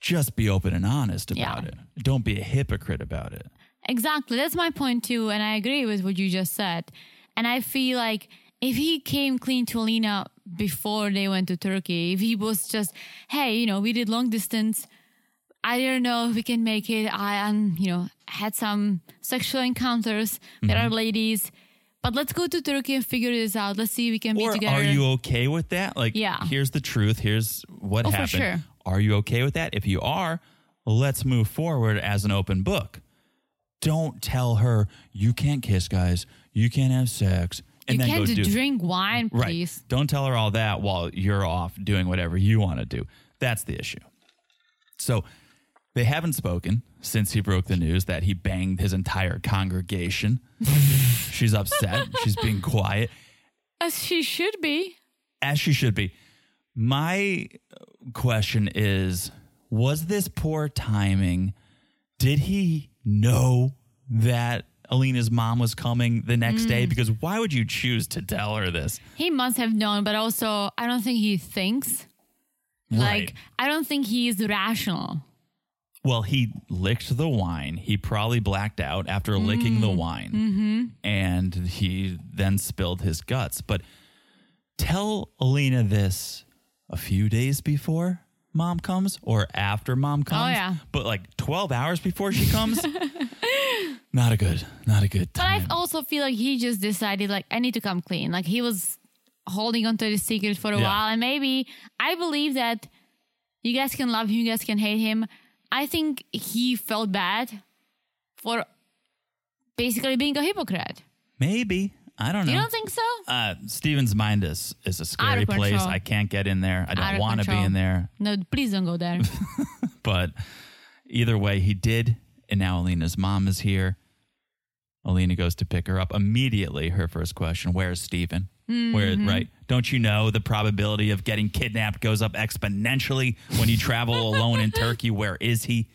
A: Just be open and honest
B: Yeah.
A: about it. Don't be a hypocrite about it.
B: Exactly. That's my point too, and I agree with what you just said. And I feel like if he came clean to Alina before they went to Turkey, if he was just, hey, you know, we did long distance. I don't know if we can make it. I um, you know, had some sexual encounters with
A: Mm-hmm.
B: other ladies. But let's go to Turkey and figure this out. Let's see if we can be
A: Or
B: together.
A: are you okay with that? Like,
B: Yeah.
A: here's the truth. Here's what
B: Oh, for
A: happened.
B: sure.
A: Are you okay with that? If you are, let's move forward as an open book. Don't tell her you can't kiss guys, you can't have sex, and
B: You
A: then
B: can't
A: go do
B: drink wine,
A: right.
B: please.
A: Don't tell her all that while you're off doing whatever you want to do. That's the issue. So they haven't spoken since he broke the news that he banged his entire congregation. She's upset. She's being quiet
B: As she should be.
A: as she should be. My question is Was this poor timing? Did he know that Alina's mom was coming the next day? Because why would you choose to tell her this?
B: He must have known, but also I don't think he thinks.
A: Right.
B: Like I don't think he is rational.
A: Well, he licked the wine. He probably blacked out after licking
B: Mm.
A: the wine.
B: Mm-hmm.
A: And he then spilled his guts. But tell Alina this a few days before mom comes or after mom comes.
B: Oh, yeah.
A: But like 12 hours before she
B: (laughs)
A: comes. not a good, not a good
B: But I
A: time.
B: also feel like he just decided like I need to come clean. Like he was holding onto the secret for a
A: Yeah.
B: while and maybe I believe that you guys can love him, you guys can hate him. I think he felt bad for basically being a hypocrite.
A: Maybe. I don't know.
B: You don't think so?
A: uh, Steven's mind is, is a
B: Out
A: scary
B: of
A: place.
B: control.
A: I can't get in there. I
B: Out
A: don't
B: of
A: want to be
B: control.
A: in there.
B: No, please don't
A: (laughs)
B: go there.
A: But either way, he did. And now Alina's mom is here. Alina goes to pick her up. Immediately, her first question Where's Steven? Where, right? Don't you know the probability of getting kidnapped goes up exponentially when you travel alone in Turkey? Where is he?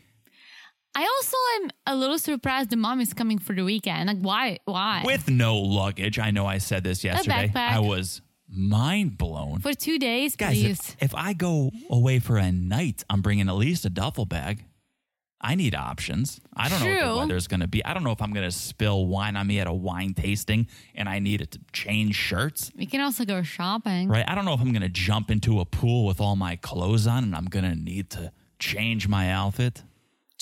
B: I also am a little surprised the mom is coming for the weekend. Like why why?
A: With no luggage. I know I said this yesterday.
B: backpack.
A: I was mind blown.
B: for two days,
A: Guys,
B: please.
A: if, if I go away for a night, I'm bringing at least a duffel bag. I need options. I don't know what
B: True.
A: the weather's going to be. I don't know if I'm going to spill wine on me at a wine tasting and I need to change shirts,
B: we can also go shopping.
A: right? I don't know if I'm going to jump into a pool with all my clothes on and I'm going to need to change my outfit.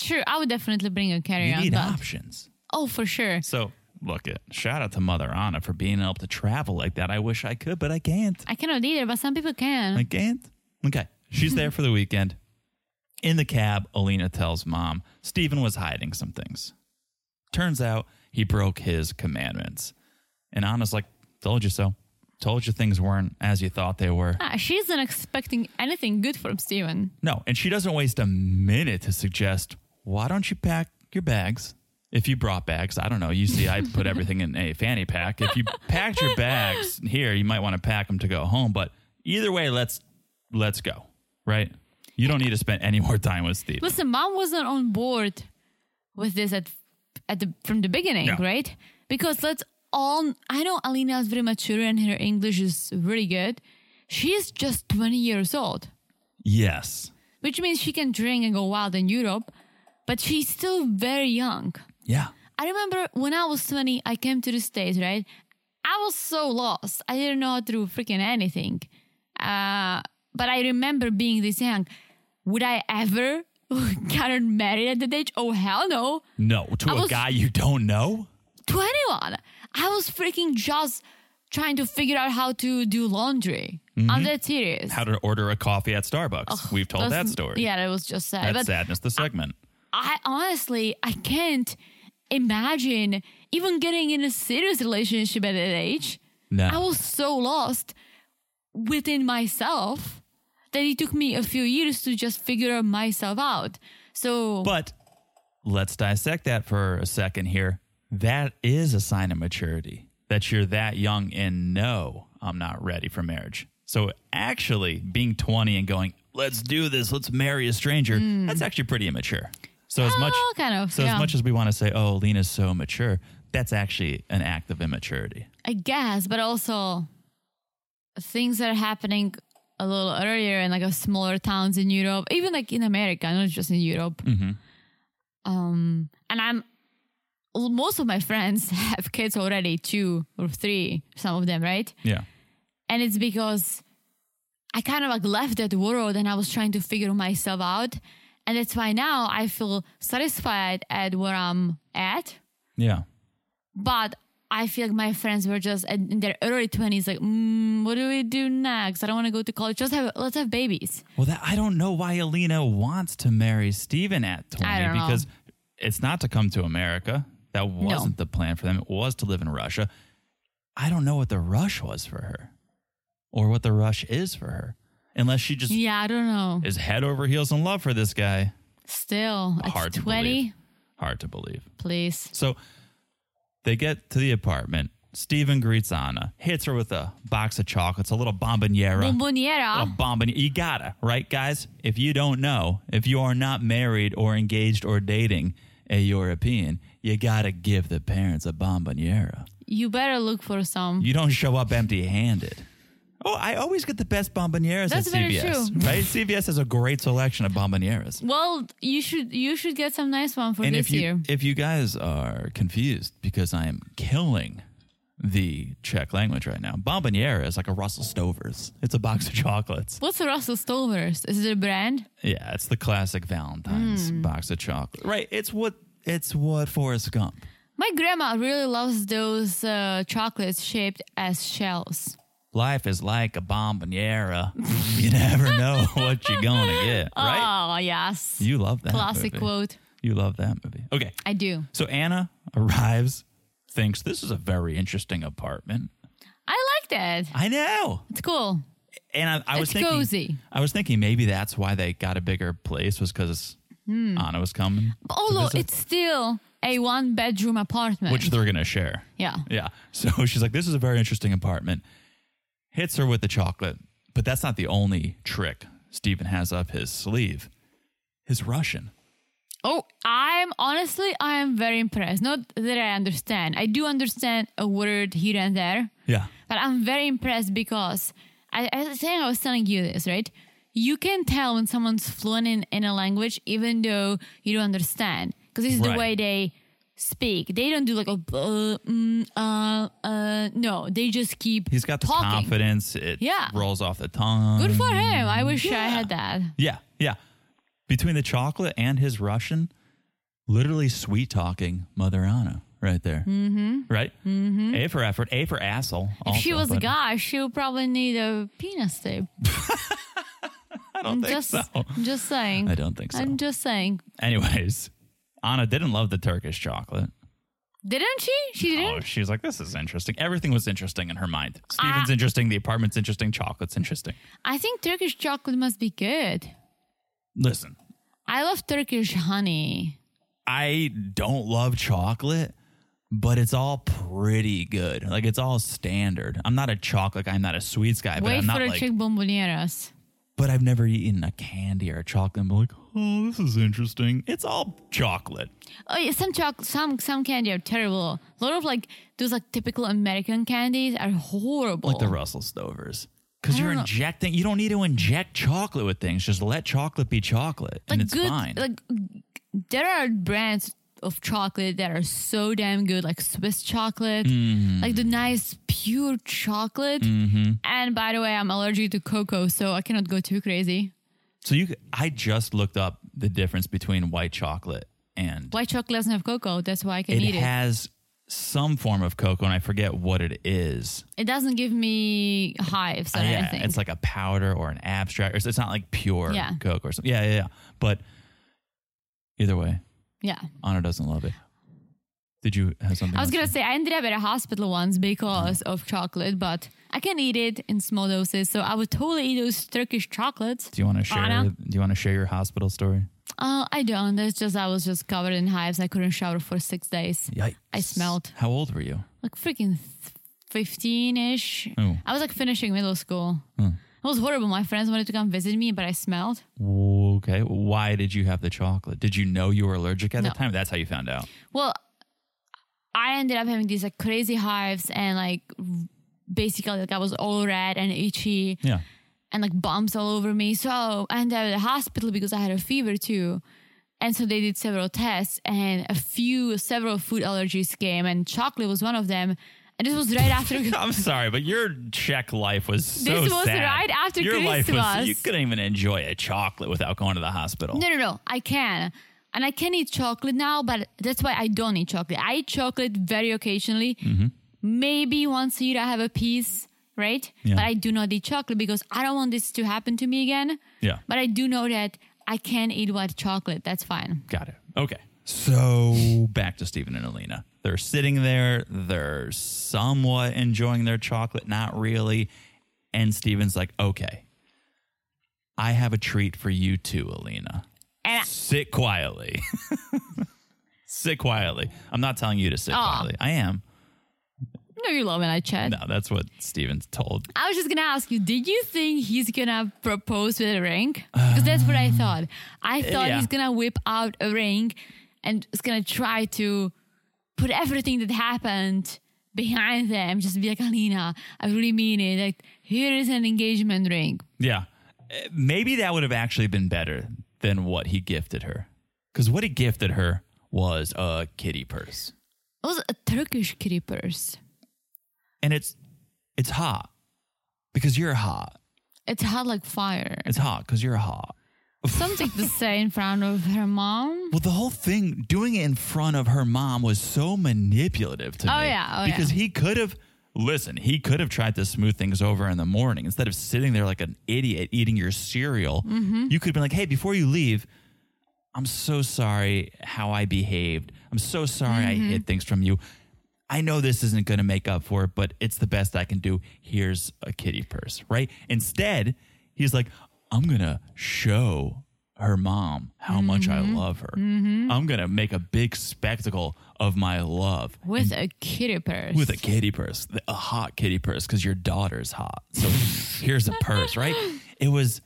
B: Sure, I would definitely bring a carry
A: You
B: on.
A: need
B: but
A: options.
B: oh, for sure.
A: So, look, it, shout out to Mother Anna for being able to travel like that. I wish I could, but I can't.
B: I cannot either, but some people can.
A: I can't. Okay. She's there for the weekend. In the cab, Alina tells mom Stephen was hiding some things. Turns out he broke his commandments. And Anna's like, told you so. Told you things weren't as you thought they were.
B: Ah, she's not expecting anything good from Steven.
A: No. And she doesn't waste a minute to suggest, why don't you pack your bags? If you brought bags, I don't know. You see,
B: (laughs)
A: I put everything in a fanny pack. If you packed your bags here, you might want to pack them to go home. But either way, let's let's go. Right? You don't need to spend any more time with Steve.
B: Listen, mom wasn't on board with this at at the from the beginning,
A: No.
B: right? Because let's all I know Alina is very mature and her English is really good. She's just 20 years old,
A: Yes.
B: which means she can drink and go wild in Europe, but she's still very young.
A: Yeah.
B: I remember when I was 20, I came to the States, right? I was so lost. I didn't know how to do freaking anything. Uh, but I remember being this young. Would I ever (laughs) get married at that age? Oh, hell no.
A: No. To
B: I
A: a
B: was-
A: guy you don't know?
B: 21. I was freaking just trying to figure out how to do laundry. I'm that serious.
A: Mm-hmm. How to order a coffee at Starbucks. We've told that
B: That's-
A: story.
B: Yeah, that was just sad.
A: That's
B: but
A: sadness, the segment.
B: I honestly, I can't imagine even getting in a serious relationship at that age.
A: No.
B: I was so lost within myself that it took me a few years to just figure myself out. So,
A: But let's dissect that for a second here. That is a sign of maturity that you're that young and no, I'm not ready for marriage. So actually, being 20 and going, let's do this, let's marry a stranger, that's actually pretty immature. So as much
B: Oh, kind of,
A: so
B: yeah.
A: as much as we want to say, oh, Lena's so mature, that's actually an act of immaturity.
B: I guess, but also things that are happening a little earlier in like a smaller towns in Europe, even like in America, not just in Europe.
A: Mm-hmm.
B: Um, and I'm well, most of my friends (laughs) have kids already, two or three, some of them, right?
A: Yeah.
B: And it's because I kind of like left that world and I was trying to figure myself out. And that's why now I feel satisfied at where I'm at
A: Yeah.
B: but I feel like my friends were just in in their early twenties, like, mm, what do we do next? I don't want to go to college. Just have let's have babies.
A: Well, that, I don't know why Alina wants to marry Steven at 20
B: I don't know.
A: because it's not to come to America. That wasn't the plan for them. It was to live in Russia. I don't know what the rush was for her or what the rush is for her unless she just
B: Yeah, I don't know.
A: is head over heels in love for this guy.
B: Still,
A: Hard
B: at
A: to
B: twenty,
A: believe. Hard to believe.
B: please.
A: So they get to the apartment. Steven greets Anna, hits her with a box of chocolates, a little bomboniera. A
B: Bomboniera.
A: bomb, and you gotta, right, guys? If you don't know, if you are not married or engaged or dating a European, you gotta give the parents a bomboniera.
B: You better look for some.
A: You don't show up empty handed. Oh, I always get the best bombonieras
B: That's
A: at
B: very
A: CVS,
B: true.
A: right? CVS has a great selection of bombonieras.
B: Well, you should you should get some nice one for
A: And
B: this
A: if you
B: year.
A: if you guys are confused because I am killing the Czech language right now, bomboniera is like a Russell Stover's. It's a box of chocolates.
B: What's the Russell Stover's? Is it a brand?
A: Yeah, it's the classic Valentine's
B: Hmm.
A: box of chocolate. Right. It's what it's what Forrest Gump.
B: My grandma really loves those uh, chocolates shaped as shells.
A: Life is like a bomboniera. (laughs) you never know what you're gonna
B: (laughs)
A: get. Right?
B: Oh yes,
A: you love that.
B: classic
A: movie.
B: quote.
A: You love that movie. Okay.
B: I do.
A: So Anna arrives, thinks this is a very interesting apartment.
B: I like that.
A: I know.
B: It's cool.
A: And I, I was
B: It's
A: thinking
B: cozy.
A: I was thinking maybe that's why they got a bigger place was because
B: Hmm.
A: Anna was coming. to
B: although
A: visit,
B: it's still a one bedroom apartment.
A: which they're gonna share.
B: yeah.
A: Yeah. (laughs) So she's like, this is a very interesting apartment. Hits her with the chocolate, but that's not the only trick Steven has up his sleeve. His Russian.
B: Oh, I'm honestly I am very impressed. Not that I understand. I do understand a word here and there,
A: Yeah.
B: but I'm very impressed because I, I think I was telling you this, right? You can tell when someone's fluent in, in a language even though you don't understand. Because this is
A: Right.
B: the way they speak. They don't do like a uh, mm, uh, uh, no. They just keep
A: He's got the
B: talking.
A: confidence. It
B: Yeah.
A: rolls off the tongue.
B: Good for him. I wish I
A: Yeah.
B: had that.
A: Yeah. Yeah. Between the chocolate and his Russian, literally sweet talking Mother Anna right there. Mm-hmm. Right? Mm-hmm. A for effort, A for asshole.
B: If she
A: also,
B: was a
A: but
B: guy, she would probably need a penis tape.
A: (laughs) I don't think
B: just,
A: so.
B: I'm just saying.
A: I don't think so.
B: I'm just saying.
A: Anyways, Anna didn't love the Turkish chocolate.
B: Didn't she? She
A: Oh,
B: didn't.
A: she was like, this is interesting. Everything was interesting in her mind. Steven's
B: Ah.
A: interesting. The apartment's interesting. Chocolate's interesting.
B: I think Turkish chocolate must be good.
A: Listen,
B: I love Turkish honey.
A: I don't love chocolate, but it's all pretty good. Like, it's all standard. I'm not a chocolate guy. I'm not a sweets guy, but
B: Wait
A: I'm
B: for
A: not
B: the
A: like,
B: Czech bombonieras.
A: but I've never eaten a candy or a chocolate and been like, oh, this is interesting. It's all chocolate.
B: Oh, yeah, some chocolate, some some candy are terrible. A lot of like those like typical American candies are horrible.
A: Like the Russell Stovers. Because
B: I
A: you're
B: don't know.
A: injecting, you don't need to inject chocolate with things. Just let chocolate be chocolate and
B: Like
A: it's fine.
B: Like there are brands of chocolate that are so damn good, like Swiss chocolate,
A: Mm-hmm.
B: like the nice pure chocolate. And by the way, I'm allergic to cocoa, so I cannot go too crazy.
A: So you, c- I just looked up the difference between white chocolate and
B: White chocolate doesn't have cocoa, that's why I can
A: it
B: eat
A: has some form of cocoa, and I forget what it is.
B: it. It doesn't give me hives or
A: Uh, yeah,
B: anything.
A: it's like a powder or an abstract, or it's it's not like pure
B: Yeah.
A: cocoa or something. Yeah, yeah, yeah. But either way,
B: yeah.
A: Honor doesn't love it. Did you have something?
B: I was
A: else?
B: gonna say I ended up at a hospital once because of chocolate, but I can eat it in small doses, so I would totally eat those Turkish chocolates.
A: Do you want to share?
B: Anna?
A: Do you want to share your hospital story?
B: Oh, I don't. It's just I was just covered in hives. I couldn't shower for six days.
A: Yikes!
B: I smelled.
A: How old were you?
B: Like freaking fifteen ish.
A: Oh. Hmm.
B: I was like finishing middle school. It was horrible. My friends wanted to come visit me, but I smelled.
A: Okay. Why did you have the chocolate? Did you know you were allergic at
B: No.
A: the time? That's how you found out.
B: Well, I ended up having these like crazy hives and like r- basically like I was all red and itchy
A: Yeah.
B: and like bumps all over me. So I ended up at the hospital because I had a fever too. And so they did several tests and a few several food allergies came and chocolate was one of them. And this was right after (laughs)
A: (laughs) I'm sorry, but your Czech life was so
B: This was
A: sad.
B: right after
A: your Life was,
B: Christmas.
A: you couldn't even enjoy a chocolate without going to the hospital.
B: No, no, no. I can. And I can eat chocolate now, but that's why I don't eat chocolate. I eat chocolate very occasionally. Maybe once a year I have a piece, right?
A: Yeah.
B: But I do not eat chocolate because I don't want this to happen to me again.
A: Yeah.
B: But I do know that I can eat white chocolate. That's fine.
A: Got it. Okay.
B: (laughs)
A: So back to Stephen and Alina. They're sitting there, they're somewhat enjoying their chocolate, not really. And Steven's like, okay, I have a treat for you too, Alina.
B: And
A: Sit quietly. (laughs) sit quietly. I'm not telling you to sit
B: Aw.
A: quietly. I am.
B: I know you love when I chat.
A: No, that's what Steven's told.
B: I was just gonna ask you, did you think he's gonna propose with a ring? Because that's what I thought. I thought
A: Um, yeah.
B: he's gonna whip out a ring and is gonna try to put everything that happened behind them. Just be like, Alina, I really mean it. Like, here is an engagement ring.
A: Yeah. Eh, Maybe that would have actually been better than what he gifted her. Because what he gifted her was a kitty purse.
B: It was a Turkish kitty purse.
A: and it's it's hot because you're hot.
B: It's hot
A: (laughs)
B: like fire.
A: It's hot because you're hot.
B: Something to say in front of her mom.
A: Well, the whole thing doing it in front of her mom was so manipulative to
B: Oh,
A: me.
B: yeah, oh,
A: because he could have listen. He could have tried to smooth things over in the morning instead of sitting there like an idiot eating your cereal.
B: Mm-hmm.
A: You could have been like, "Hey, before you leave." I'm so sorry how I behaved. I'm so sorry I hid things from you. I know this isn't going to make up for it, but it's the best I can do. Here's a kitty purse, right? Instead, he's like, I'm going to show her mom how much I love her. I'm going to make a big spectacle of my love
B: With a kitty purse.
A: with a kitty purse, th- a hot kitty purse, because your daughter's hot.
B: (laughs)
A: So here's a purse, right? It was,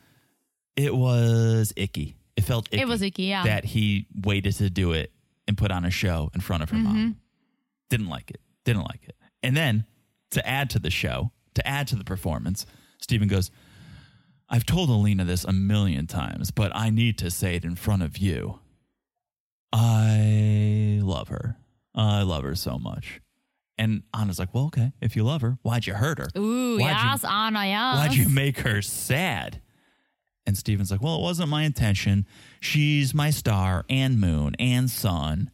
A: it was icky. It felt icky.
B: was icky, yeah.
A: That he waited to do it and put on a show in front of her
B: Mm-hmm.
A: mom. Didn't like it. Didn't like it. And then to add to the show, to add to the performance, Stephen goes, I've told Alina this a million times, but I need to say it in front of you. I love her. I love her so much. And Anna's like, well, okay, if you love her, why'd you hurt her?
B: Ooh,
A: why'd
B: yes,
A: You,
B: Anna, yes.
A: why'd you make her sad? And Steven's like, well, it wasn't my intention. She's my star and moon and sun,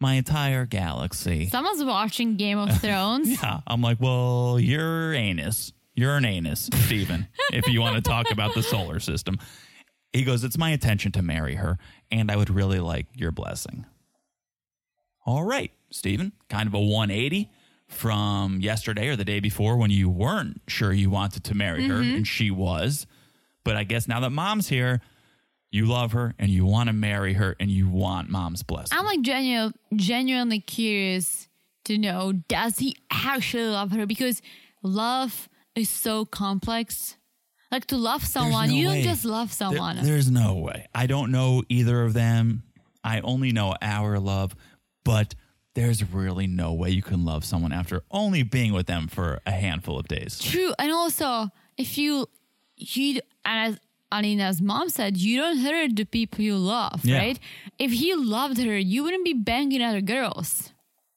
A: my entire galaxy.
B: Someone's watching Game
A: (laughs)
B: of Thrones.
A: Yeah. I'm like, well, you're anus. You're an anus, Steven, if you want to talk about the solar system. He goes, It's my intention to marry her, and I would really like your blessing. All right, Steven, kind of a 180 from yesterday or the day before when you weren't sure you wanted to marry her, and she was. But I guess now that mom's here, you love her and you want to marry her and you want mom's blessing.
B: I'm like genu- genuinely curious to know does he actually love her? Because love is so complex. Like to love someone,
A: no
B: you
A: way.
B: don't just love
A: There-
B: someone.
A: there's no way. I don't know either of them. I only know our love, but there's really no way you can love someone after only being with them for a handful of days.
B: True, and also if you, you and as Alina's mom said, you don't hurt the people you love,
A: Yeah.
B: right? If he loved her, you wouldn't be banging other girls.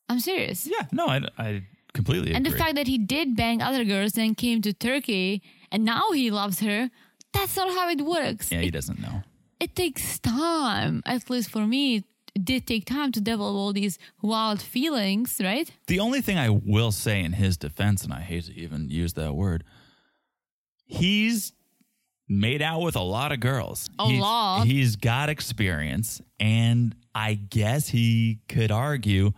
B: I'm serious.
A: Yeah, no, I, I completely
B: And the
A: agree.
B: fact that he did bang other girls and came to Turkey and now he loves her, that's not how it works.
A: yeah,
B: It
A: he doesn't know.
B: it takes time. At least for me, it did take time to develop all these wild feelings, right?
A: The only thing I will say in his defense, and I hate to even use that word, he's made out with a lot of girls.
B: A
A: He's-
B: lot.
A: He's got experience, and I guess he could argue,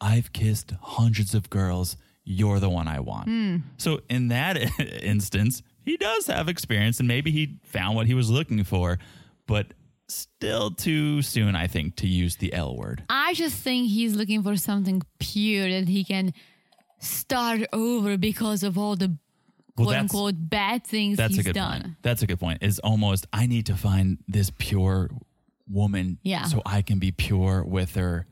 A: I've kissed hundreds of girls. You're the one I want.
B: Hmm.
A: So in that (laughs) instance, he does have experience, and maybe he found what he was looking for, but still too soon, I think, to use the L word.
B: I just think he's looking for something pure that he can start over because of all the
A: Well,
B: quote
A: that's-
B: unquote bad things
A: That's
B: he's
A: a good
B: done.
A: point. That's a good point. Is almost I need to find this pure woman
B: Yeah.
A: so I can be pure with her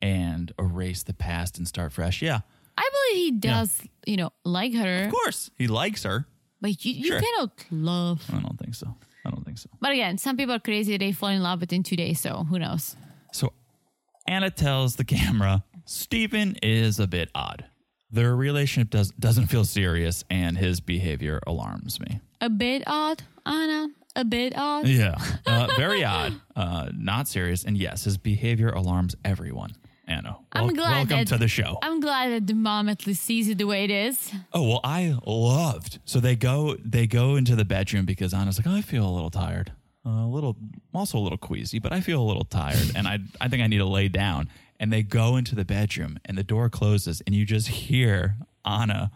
A: and erase the past and start fresh. Yeah.
B: I believe he does, you know, like her,
A: Of course. He likes her.
B: but you, you
A: Sure. Mm.
B: cannot love.
A: I don't think so. I don't think so.
B: But again, some people are crazy. They fall in love within two days. So who knows?
A: So Anna tells the camera, Stephen is a bit odd. Their relationship does, doesn't feel serious, and his behavior alarms me.
B: A bit odd, Anna. A bit odd.
A: Yeah. (laughs) Uh, very odd, uh, not serious. And yes, his behavior alarms everyone. Anna,
B: I'm
A: wel-
B: glad
A: welcome
B: that-
A: to the show.
B: I'm glad that the mom at least sees it the way it is.
A: Oh well, I loved. So they go they go into the bedroom because Anna's like, "Oh, I feel a little tired, uh, a little, I'm also a little queasy, but I feel a little tired, and I I think I need to lay down. And they go into the bedroom, and the door closes, and you just hear Anna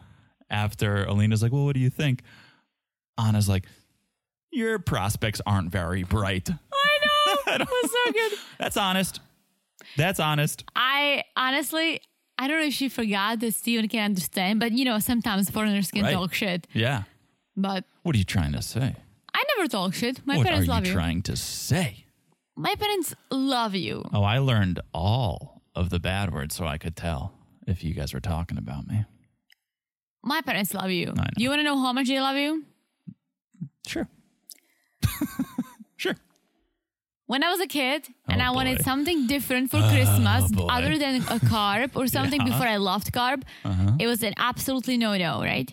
A: after Alina's like, Well, what do you think? Anna's like, Your prospects aren't very bright. I know. that was (laughs) so good. That's honest. That's honest.
B: I honestly, I don't know if she forgot that Steven can understand, but you know, sometimes foreigners can
A: Right.
B: talk shit.
A: Yeah.
B: But
A: What are you trying to say?
B: I never talk shit. My
A: what are
B: parents
A: you
B: love you.
A: trying to say?
B: My parents love you.
A: Oh, I learned all of the bad words so I could tell if you guys were talking about me.
B: My parents love you.
A: know.
B: You want to know how much they love you?
A: Sure. (laughs) sure.
B: When I was a kid and
A: Oh,
B: I wanted
A: boy. Ah, oh,
B: something different for Christmas
A: boy.
B: other than a carb or something
A: (laughs) Yeah. Uh-huh.
B: before I loved carb, it was an absolutely no no, right?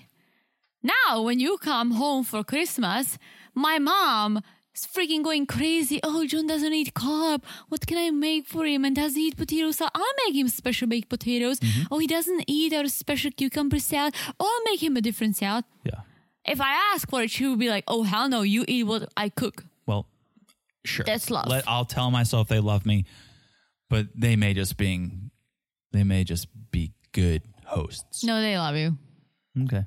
B: Now, when you come home for Christmas, my mom is freaking going crazy. Oh, John doesn't eat carb. What can I make for him? And does he eat potatoes? So I'll make him special baked potatoes.
A: Mm-hmm.
B: Oh, he doesn't eat our special cucumber salad. Oh, I'll make him a different salad.
A: Yeah.
B: If I ask for it, she would be like, oh, hell no, you eat what I cook.
A: Well, sure.
B: That's love.
A: Let, I'll tell myself they love me, but they may just being they may just be good hosts.
B: No, they love you.
A: Okay.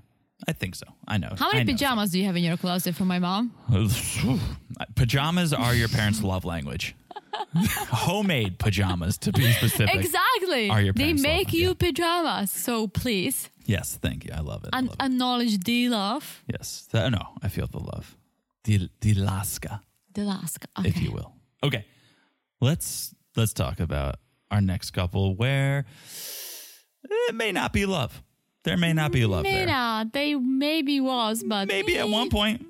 A: I think so. I know.
B: How many
A: I know.
B: pajamas do you have in your closet for my mom?
A: (laughs) pajamas are your parents' love language. (laughs) Homemade pajamas to
B: (laughs)
A: be specific.
B: Exactly.
A: Are your
B: they
A: parents love
B: make
A: them,
B: you
A: yeah.
B: pajamas. So please
A: Yes, thank you. I love it. I
B: un-
A: love it.
B: acknowledge the love.
A: Yes. Th- no, I feel the love. The the Laska,
B: The last. Okay.
A: if you will. Okay. Let's let's talk about our next couple where it may not be love. There may not be love
B: May
A: there.
B: not. They maybe was, but
A: Maybe at one point.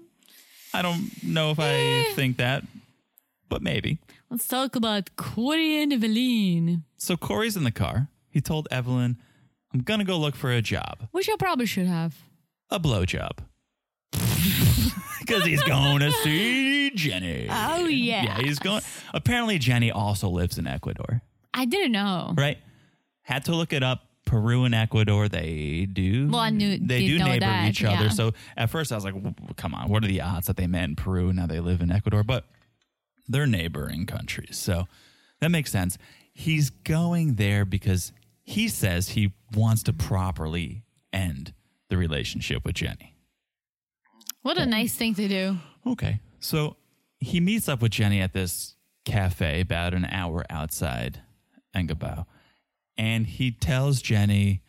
A: I don't know if
B: Eh.
A: I think that, but maybe.
B: Let's talk about Corey and Eveline,
A: So Corey's in the car. He told Evelyn, I'm gonna go look for a job.
B: which I probably should have.
A: A blowjob. (laughs) Because he's going
B: (laughs)
A: to see Jenny.
B: Oh,
A: Yeah, he's going. Apparently, Jenny also lives in Ecuador,
B: I didn't know.
A: right? Had to look it up. Peru and Ecuador, they do.
B: Well, I knew-
A: they
B: did
A: do
B: know
A: neighbor
B: that,
A: each other.
B: yeah.
A: So at first, I was like, "W- w- "Come on, what are the odds that they met in Peru and now they live in Ecuador?" But they're neighboring countries, so that makes sense. He's going there because he says he wants to properly end the relationship with Jenny.
B: What a nice thing to do.
A: Okay. So he meets up with Jenny at this cafe about an hour outside Engabao. And he tells Jenny,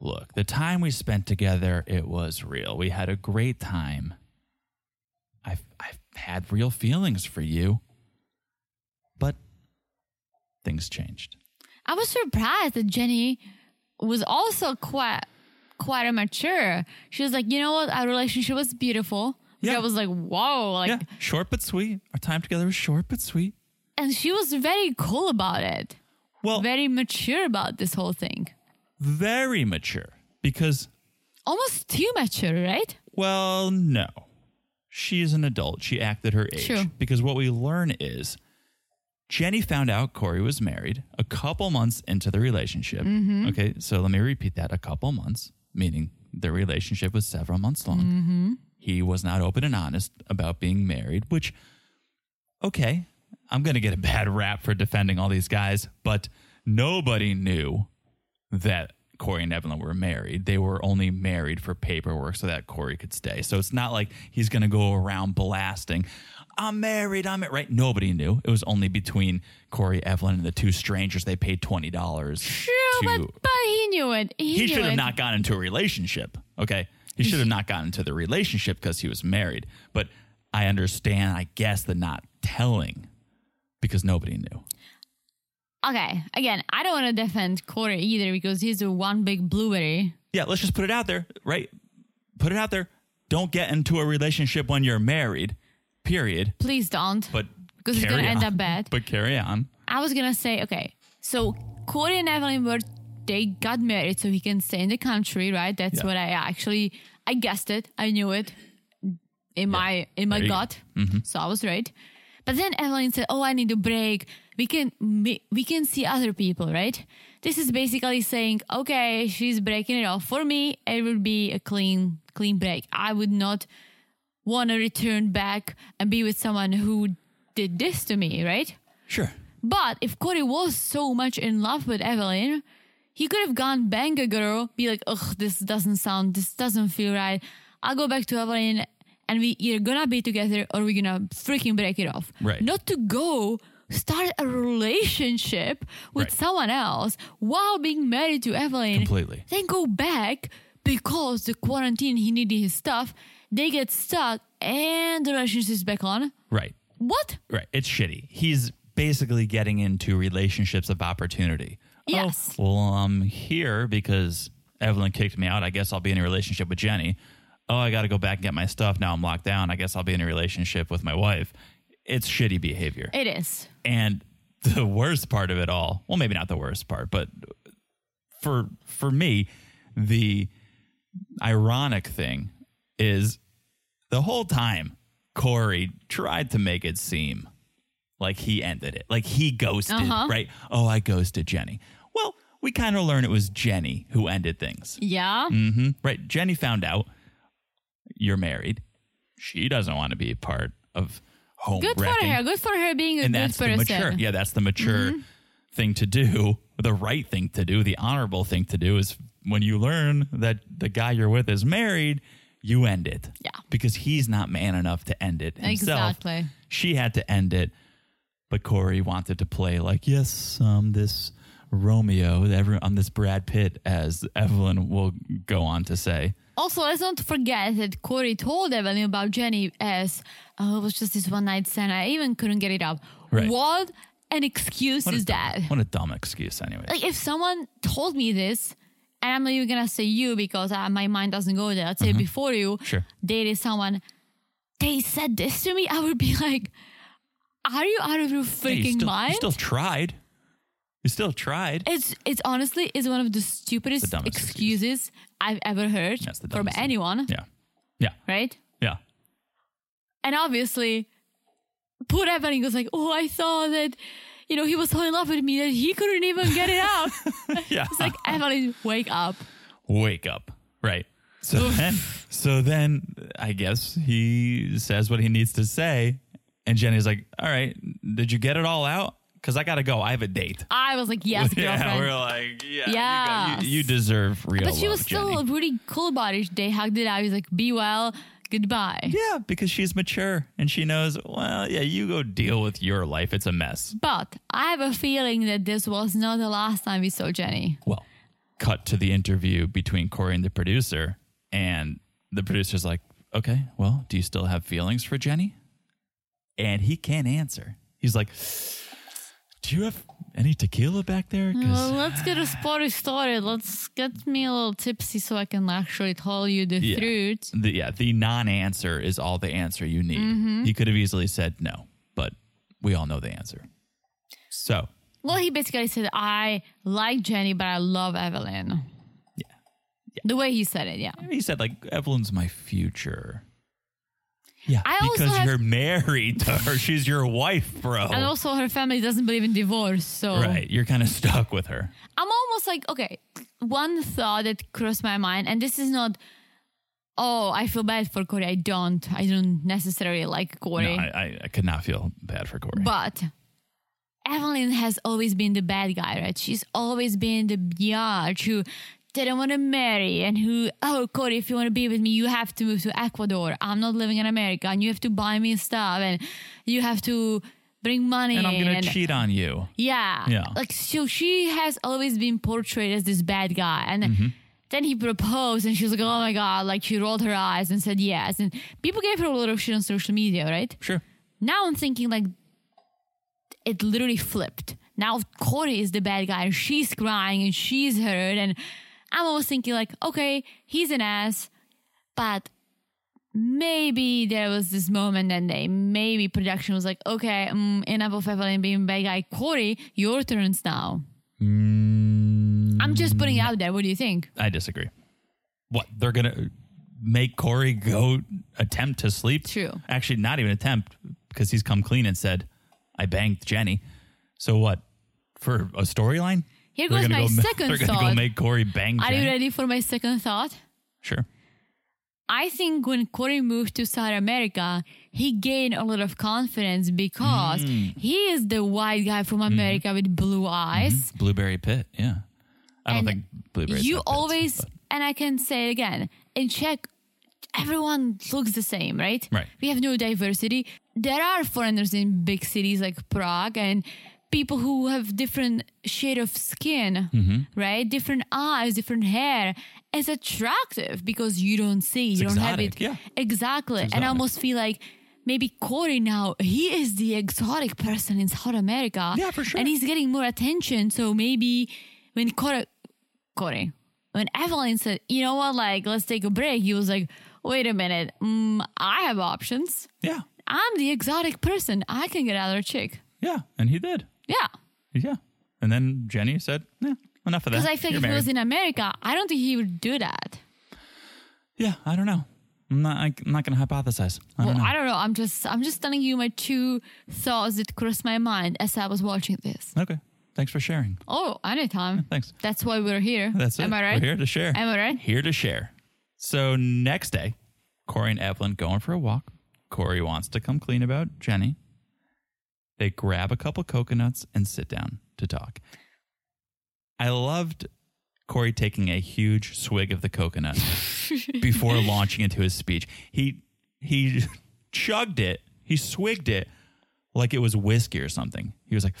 A: Look, the time we spent together, it was real. We had a great time. I've, I've had real feelings for you. But things changed.
B: I was surprised that Jenny was also quite quite immature. She was like, you know what, our relationship was beautiful. Which
A: Yeah.
B: I was like, whoa, like
A: yeah. Short but sweet. Our time together was short but sweet.
B: and she was very cool about it.
A: Well, very,
B: Very mature about this whole thing.
A: mature because,
B: Almost too mature, right?
A: well, no. She is an adult. She acted her age.
B: True.
A: Because what we learn is Jenny found out Corey was married a couple months into the relationship. Okay, so let me repeat that a couple months, meaning the relationship was several months long. He was not open and honest about being married, which, okay, I'm going to get a bad rap for defending all these guys, but nobody knew that Corey and Evelyn were married. They were only married for paperwork so that Corey could stay. So it's not like he's going to go around blasting, I'm married, I'm married, right? Nobody knew. It was only between Corey, Evelyn, and the two strangers they paid $20.
B: True,
A: to-
B: but, but he knew it. He,
A: he
B: knew
A: should have
B: it.
A: not gotten into a relationship. Okay. He should have not gotten into the relationship because he was married. But I understand, I guess, the not telling because nobody knew.
B: Okay, again, I don't want to defend Corey either because he's a one big blueberry.
A: Yeah, let's just put it out there, right? Put it out there. Don't get into a relationship when you're married, period.
B: Please don't.
A: But
B: Because it's
A: carry
B: gonna end
A: on.
B: up bad.
A: But carry on.
B: I was gonna say, okay, so Corey and Evelyn were they got married so he can stay in the country, right? That's
A: Yeah.
B: what I actually I guessed it. I knew it in my in my
A: There you go. Mm-hmm.
B: gut. So I was right. But then Evelyn said, "Oh, I need a break. We can me- we can see other people, right?" This is basically saying, "Okay, she's breaking it off." For me, it would be a clean clean break. I would not want to return back and be with someone who did this to me, right?
A: Sure.
B: But if Corey was so much in love with Evelyn, he could have gone bang a girl, be like, ugh, this doesn't sound, this doesn't feel right. I'll go back to Evelyn and we either gonna be together or we're gonna freaking break it off.
A: Right.
B: Not to go start a relationship with
A: Right.
B: someone else while being married to Evelyn.
A: Completely.
B: Then go back because the quarantine, he needed his stuff. They get stuck and the relationship's back on.
A: Right.
B: What?
A: Right. It's shitty. He's basically getting into relationships of opportunity.
B: Yes.
A: Oh, well, I'm here because Evelyn kicked me out. I guess I'll be in a relationship with Jenny. Oh, I got to go back and get my stuff. Now I'm locked down. I guess I'll be in a relationship with my wife. It's shitty behavior.
B: It is.
A: and (laughs) the worst part of it all, well, maybe not the worst part, but for for me, the ironic thing is the whole time Corey tried to make it seem like he ended it, like he ghosted,
B: Uh-huh.
A: right? Oh, I ghosted Jenny. Well, we kind of learned it was Jenny who ended things,
B: Yeah.
A: hmm right? Jenny found out you're married. She doesn't want to be a part of home
B: good for
A: wrecking
B: her. Good for her being a
A: and
B: good
A: that's the
B: person.
A: mature. Yeah, that's the mature
B: Mm-hmm.
A: thing to do. The right thing to do, the honorable thing to do is when you learn that the guy you're with is married, you end it.
B: Yeah.
A: Because he's not man enough to end it himself.
B: Exactly.
A: She had to end it, but Corey wanted to play like, yes, um, this Romeo, everyone, um, this Brad Pitt, as Evelyn will go on to say.
B: Also, let's not forget that Corey told Evelyn about Jenny as, oh, it was just this one night stand. I even couldn't get it up.
A: Right.
B: What an excuse
A: What a
B: is
A: dumb-
B: that?
A: What a dumb excuse, anyway.
B: Like, if someone told me this, and I'm not even going to say you because uh, my mind doesn't go there. Let's say before you
A: Mm-hmm. Sure.
B: dated someone, they said this to me, I would be like, are you out of your
A: Hey,
B: freaking
A: you still,
B: mind?
A: You still tried. You still tried.
B: It's it's honestly is one of the stupidest
A: The dumbest excuse.
B: excuses I've ever heard
A: That's the
B: from
A: dumbest thing.
B: anyone,
A: Yeah. Yeah.
B: right?
A: Yeah.
B: And obviously, poor Evelyn was like, "Oh, I saw that, you know, he was so in love with me that he couldn't even get it
A: (laughs)
B: out."
A: Yeah.
B: it's like Evelyn, wake up!
A: Wake up. Right. So then, so then I guess he says what he needs to say. And Jenny's like, all right, did you get it all out? Because I got to go. I have a
B: (laughs)
A: date.
B: I was like,
A: (laughs)
B: "Yes,
A: Yeah.
B: girlfriend."
A: We're like, yeah. you got- You,
B: Yes.
A: you deserve real
B: but she was
A: love,
B: still
A: Jenny.
B: really cool about it. They hugged it out. He's like, "Be well, goodbye."
A: Yeah, because she's mature and she knows, well, yeah, you go deal with your life. It's a mess.
B: But I have a feeling that this was not the last time we saw Jenny.
A: Well, cut to the interview between Corey and the producer, and the producer's like, "Okay, well, do you still have feelings for Jenny?" And he can't answer. He's like, "Do you have any tequila back there?"
B: Well,
A: 'Cause-
B: let's get a sporty started. Let's get me a little tipsy so I can actually tell you the
A: Yeah.
B: truth.
A: the, yeah, the non-answer is all the answer you need.
B: Mm-hmm.
A: He could have easily said no, but we all know the answer. So
B: Well, he basically said, I like Jenny, but I love Evelyn. Yeah. The way he said it, yeah.
A: he said, "Like Evelyn's my future." Yeah,
B: I also
A: because
B: have-
A: you're married (laughs) to her. She's your wife, bro.
B: And also, her family doesn't believe in divorce. So
A: Oh. Right. You're kind of stuck with her.
B: I'm almost like, okay, one thought that crossed my mind, and this is not, oh, I feel bad for Corey. I don't. I don't necessarily like
A: No,
B: Corey.
A: I, I, I could not feel bad for Corey.
B: But Evelyn has always been the bad guy, right? She's always been the biatch who didn't want to marry and who, oh, Cody, if you want to be with me, you have to move to Ecuador. I'm not living in America and you have to buy me stuff and you have to bring money.
A: and I'm going
B: and-
A: to cheat on you.
B: Yeah.
A: Yeah. Mm-hmm.
B: Like, so she has always been portrayed as this bad guy. And Then he proposed, and she was like, "Oh my god!" Like she rolled her eyes and said yes. And people gave her a lot of shit on social media, right?
A: Sure.
B: Now I'm thinking like it literally flipped. Now Corey is the bad guy and she's crying and she's hurt and I'm always thinking like, okay, he's an ass, but maybe there was this moment and they maybe production was like, okay, um, enough of Evelyn being bad guy. Corey, your turns now.
A: Mm.
B: I'm just putting it out there. What do you think?
A: I disagree. What they're gonna make Corey go attempt to sleep?
B: True.
A: Actually, not even attempt because he's come clean and said, "I banged Jenny." So what for a storyline?
B: Here
A: They're
B: goes
A: gonna
B: my
A: ma- (laughs)
B: second
A: They're gonna go
B: thought.
A: make Corey bang.
B: Are
A: Jenny?
B: you ready for my second thought?
A: Sure.
B: I think when Corey moved to South America, he gained a lot of confidence because he is the white guy from America with blue eyes.
A: Blueberry Pit. Yeah. I don't
B: And
A: think blueberry.
B: You always, and I can say it again, in Czech, everyone looks the same, right?
A: Right.
B: We have no diversity. There are foreigners in big cities like Prague and people who have different shade of skin,
A: Mm-hmm.
B: right? Different eyes, different hair. It's attractive because you don't see, you don't have
A: exotic,
B: it.
A: yeah.
B: Exactly. And I
A: exotic.
B: almost feel like maybe Corey now, he is the exotic person in South America.
A: Yeah, for sure.
B: And he's getting more attention. So maybe when Corey, Corey, when Evelyn said, you know what, like, let's take a break, he was like, wait a minute, mm, I have options.
A: Yeah.
B: I'm the exotic person. I can get another chick.
A: Yeah. And he did.
B: Yeah.
A: Yeah. And then Jenny said, "Nah, enough of that."
B: Because I feel like
A: You're
B: if he was
A: married."
B: in America, I don't think he would do that.
A: yeah. I don't know. I'm not. I, I'm not going to hypothesize. I
B: well,
A: don't know.
B: I don't know. I'm just I'm just telling you my two thoughts that crossed my mind as I was watching this.
A: okay. Thanks for sharing.
B: Oh, anytime.
A: Thanks.
B: That's why we're here.
A: That's it.
B: Am I right?
A: We're here to share.
B: Am I right?
A: Here to share. So next day, Corey and Evelyn going for a walk. Corey wants to come clean about Jenny. They grab a couple coconuts and sit down to talk. I loved Corey taking a huge swig of the coconut before launching into his speech. He he chugged it. He swigged it like it was whiskey or something. He was like,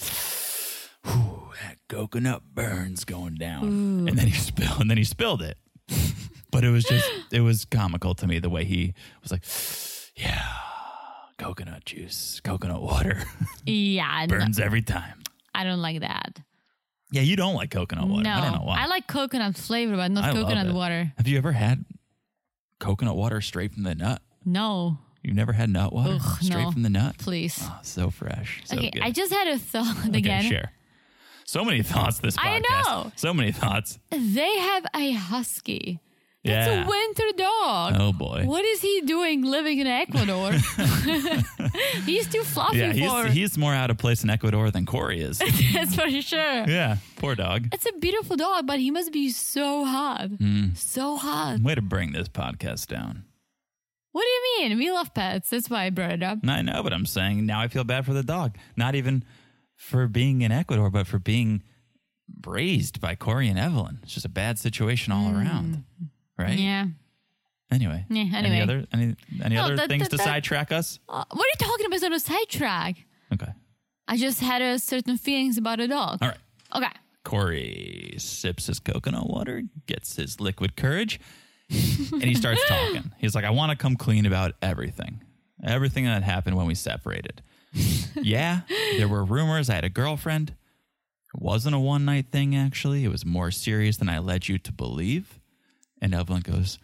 A: "Whew, that coconut burns going down," and then he (laughs) spilled and then he spilled it. but it was just it was comical to me the way he was like, "Yeah, coconut juice, coconut water (laughs)
B: Yeah. no,
A: burns every time."
B: I don't like that.
A: Yeah, you don't like coconut water.
B: No.
A: I don't know why.
B: like coconut flavor, but not
A: I love
B: coconut
A: it.
B: water.
A: Have you ever had coconut water straight from the nut?
B: No.
A: You've never had nut water
B: Ugh,
A: (laughs) straight
B: no.
A: from the nut?
B: Please.
A: Oh, so fresh. So
B: okay,
A: good.
B: I just had a
A: (laughs)
B: thought
A: Okay,
B: again.
A: share. So many thoughts this
B: I
A: podcast.
B: know.
A: So many thoughts.
B: They have a husky. That's
A: yeah.
B: a winter dog.
A: Oh, boy.
B: What is he doing living
A: (laughs)
B: in Ecuador? (laughs) he's too fluffy
A: yeah,
B: for
A: he's, he's more out of place in Ecuador than Corey is.
B: (laughs) that's for sure.
A: yeah, poor dog.
B: It's a beautiful dog, but he must be so hot.
A: Hmm.
B: So hot.
A: Way to bring this podcast down.
B: What do you mean? We love pets. That's why I brought it up.
A: I know, but I'm saying now I feel bad for the dog. Not even for being in Ecuador, but for being raised by Corey and Evelyn. It's just a bad situation all around, right?
B: Mm. Yeah.
A: Anyway.
B: Yeah,
A: Any
B: anyway.
A: other any any
B: No,
A: other
B: that-
A: things
B: that-
A: to
B: that-
A: sidetrack us?
B: Uh, what are you talking about? It's on a sidetrack.
A: Okay.
B: I just had a certain feelings about a dog.
A: All right.
B: Okay.
A: Corey sips his coconut water, gets his liquid courage, and he starts talking. He's like, I want to come clean about everything. Everything that happened when we separated. yeah, there were rumors. I had a girlfriend. It wasn't a one night thing, actually. It was more serious than I led you to believe. And Evelyn goes,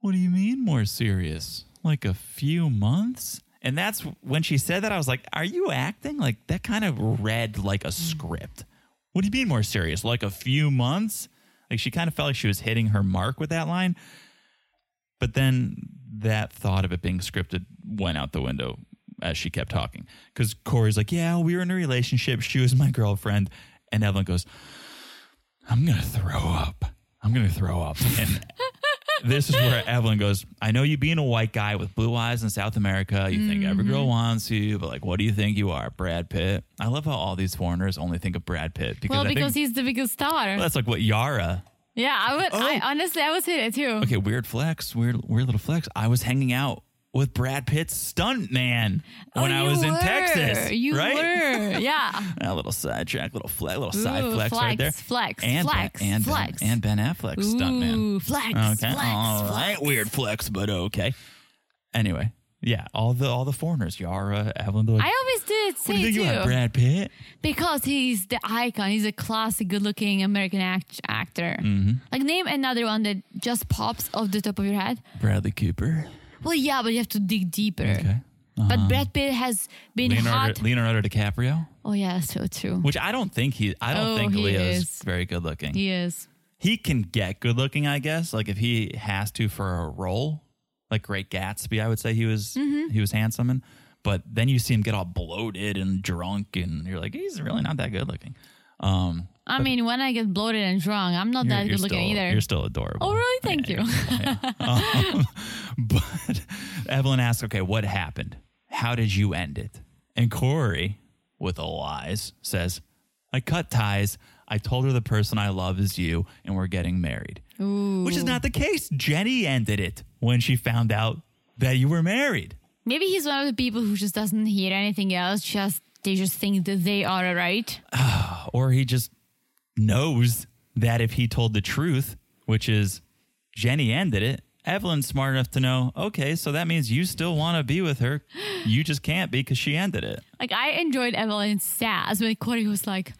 A: What do you mean more serious? Like a few months? And that's when she said that, I was like, Are you acting? Like that kind of read like a script. What do you mean more serious? Like a few months? Like she kind of felt like she was hitting her mark with that line. But then that thought of it being scripted went out the window as she kept talking. Because Corey's like, Yeah, we were in a relationship. She was my girlfriend. And Evelyn goes, I'm going to throw up. I'm going to throw up. (laughs) And this is where Evelyn goes, I know you being a white guy with blue eyes in South America, you think every
B: Mm-hmm.
A: girl wants you, but like, what do you think you are? Brad Pitt. I love how all these foreigners only think of Brad Pitt because
B: Well,
A: I
B: because
A: think
B: he's the biggest star.
A: that's like what Yara oh.
B: yeah, I would. I honestly, I would say that too.
A: Okay, weird flex, weird, weird little flex. I was hanging out with Brad Pitt's stunt man when
B: Oh,
A: I
B: you
A: was in
B: were.
A: Texas.
B: You
A: right?
B: were. Yeah.
A: (laughs) A little sidetrack, little flex, little side
B: Ooh,
A: flex, right
B: flex,
A: there.
B: flex,
A: and
B: flex,
A: ben, and
B: flex.
A: Ben, and Ben Affleck, stuntman.
B: Ooh, flex,
A: Okay,
B: flex,
A: all right,
B: flex.
A: weird flex, but okay. Anyway, yeah, all the all the foreigners, Yara, Evelyn, they're like,
B: I always did say
A: what do you think
B: too.
A: about Brad Pitt?
B: Because he's the icon. He's a classic, good-looking American act- actor.
A: Mm-hmm.
B: Like, name another one that just pops off the top of your head.
A: Bradley Cooper.
B: Well, yeah, but you have to dig deeper.
A: Okay. Uh-huh.
B: But Brad Pitt has been hot.
A: Leonardo, Leonardo DiCaprio,
B: oh yeah, so true.
A: which I don't think he, I don't
B: Oh,
A: think
B: he
A: Leo is
B: is.
A: very good looking.
B: He is.
A: he can get good looking, I guess. Like if he has to for a role, like Great Gatsby, I would say he was
B: Mm-hmm.
A: he was handsome. And, but then you see him get all bloated and drunk, and you're like, he's really not that good looking. Um,
B: I mean, when I get bloated and drunk, I'm not
A: you're,
B: that
A: you're
B: good-looking
A: still,
B: either.
A: You're still adorable.
B: oh, really? Thank you. (laughs)
A: (laughs) But Evelyn asks, okay, what happened? How did you end it? And Corey, with a lies, says, I cut ties. I told her the person I love is you, and we're getting married. Which is not the case. Jenny ended it when she found out that you were married.
B: Maybe he's one of the people who just doesn't hear anything else. Just they just think that they are right.
A: Or he just knows that if he told the truth, which is Jenny ended it, Evelyn's smart enough to know, okay, so that means you still want to be with her. You just can't be because she ended it.
B: Like I enjoyed Evelyn's sass when Corey was like,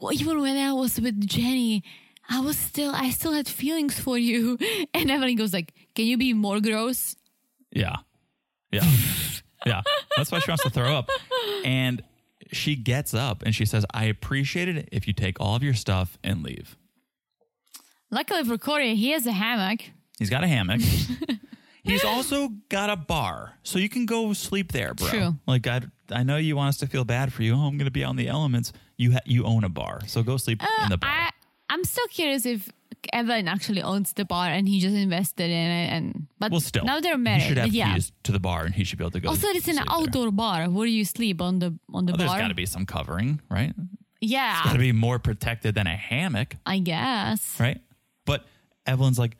B: well, even when I was with Jenny, I was still I still had feelings for you. (laughs) And Evelyn goes like, Can you be more gross?
A: Yeah.
B: (laughs)
A: Yeah. yeah. That's why she wants to throw up. And she gets up and she says, I appreciate it if you take all of your stuff and leave.
B: Luckily for Corey, he has a hammock.
A: He's got a hammock.
B: (laughs)
A: He's also got a bar. So you can go sleep there, bro.
B: True.
A: Like I I know you want us to feel bad for you. Oh, I'm going to be out in the elements. You ha- you own a bar. So go sleep in the bar.
B: Uh, I I'm still curious if Evelyn actually owns the bar and he just invested in it. And but
A: well, still.
B: now they're
A: He
B: married.
A: should have
B: but yeah.
A: keys to the bar and he should be able to go.
B: Also, it's an
A: sleep there.
B: outdoor bar. Where do you sleep on the on the
A: Well,
B: bar?
A: there's got to be some covering, right? Got
B: Yeah,
A: to be more protected than a hammock.
B: I guess.
A: right? But Evelyn's like,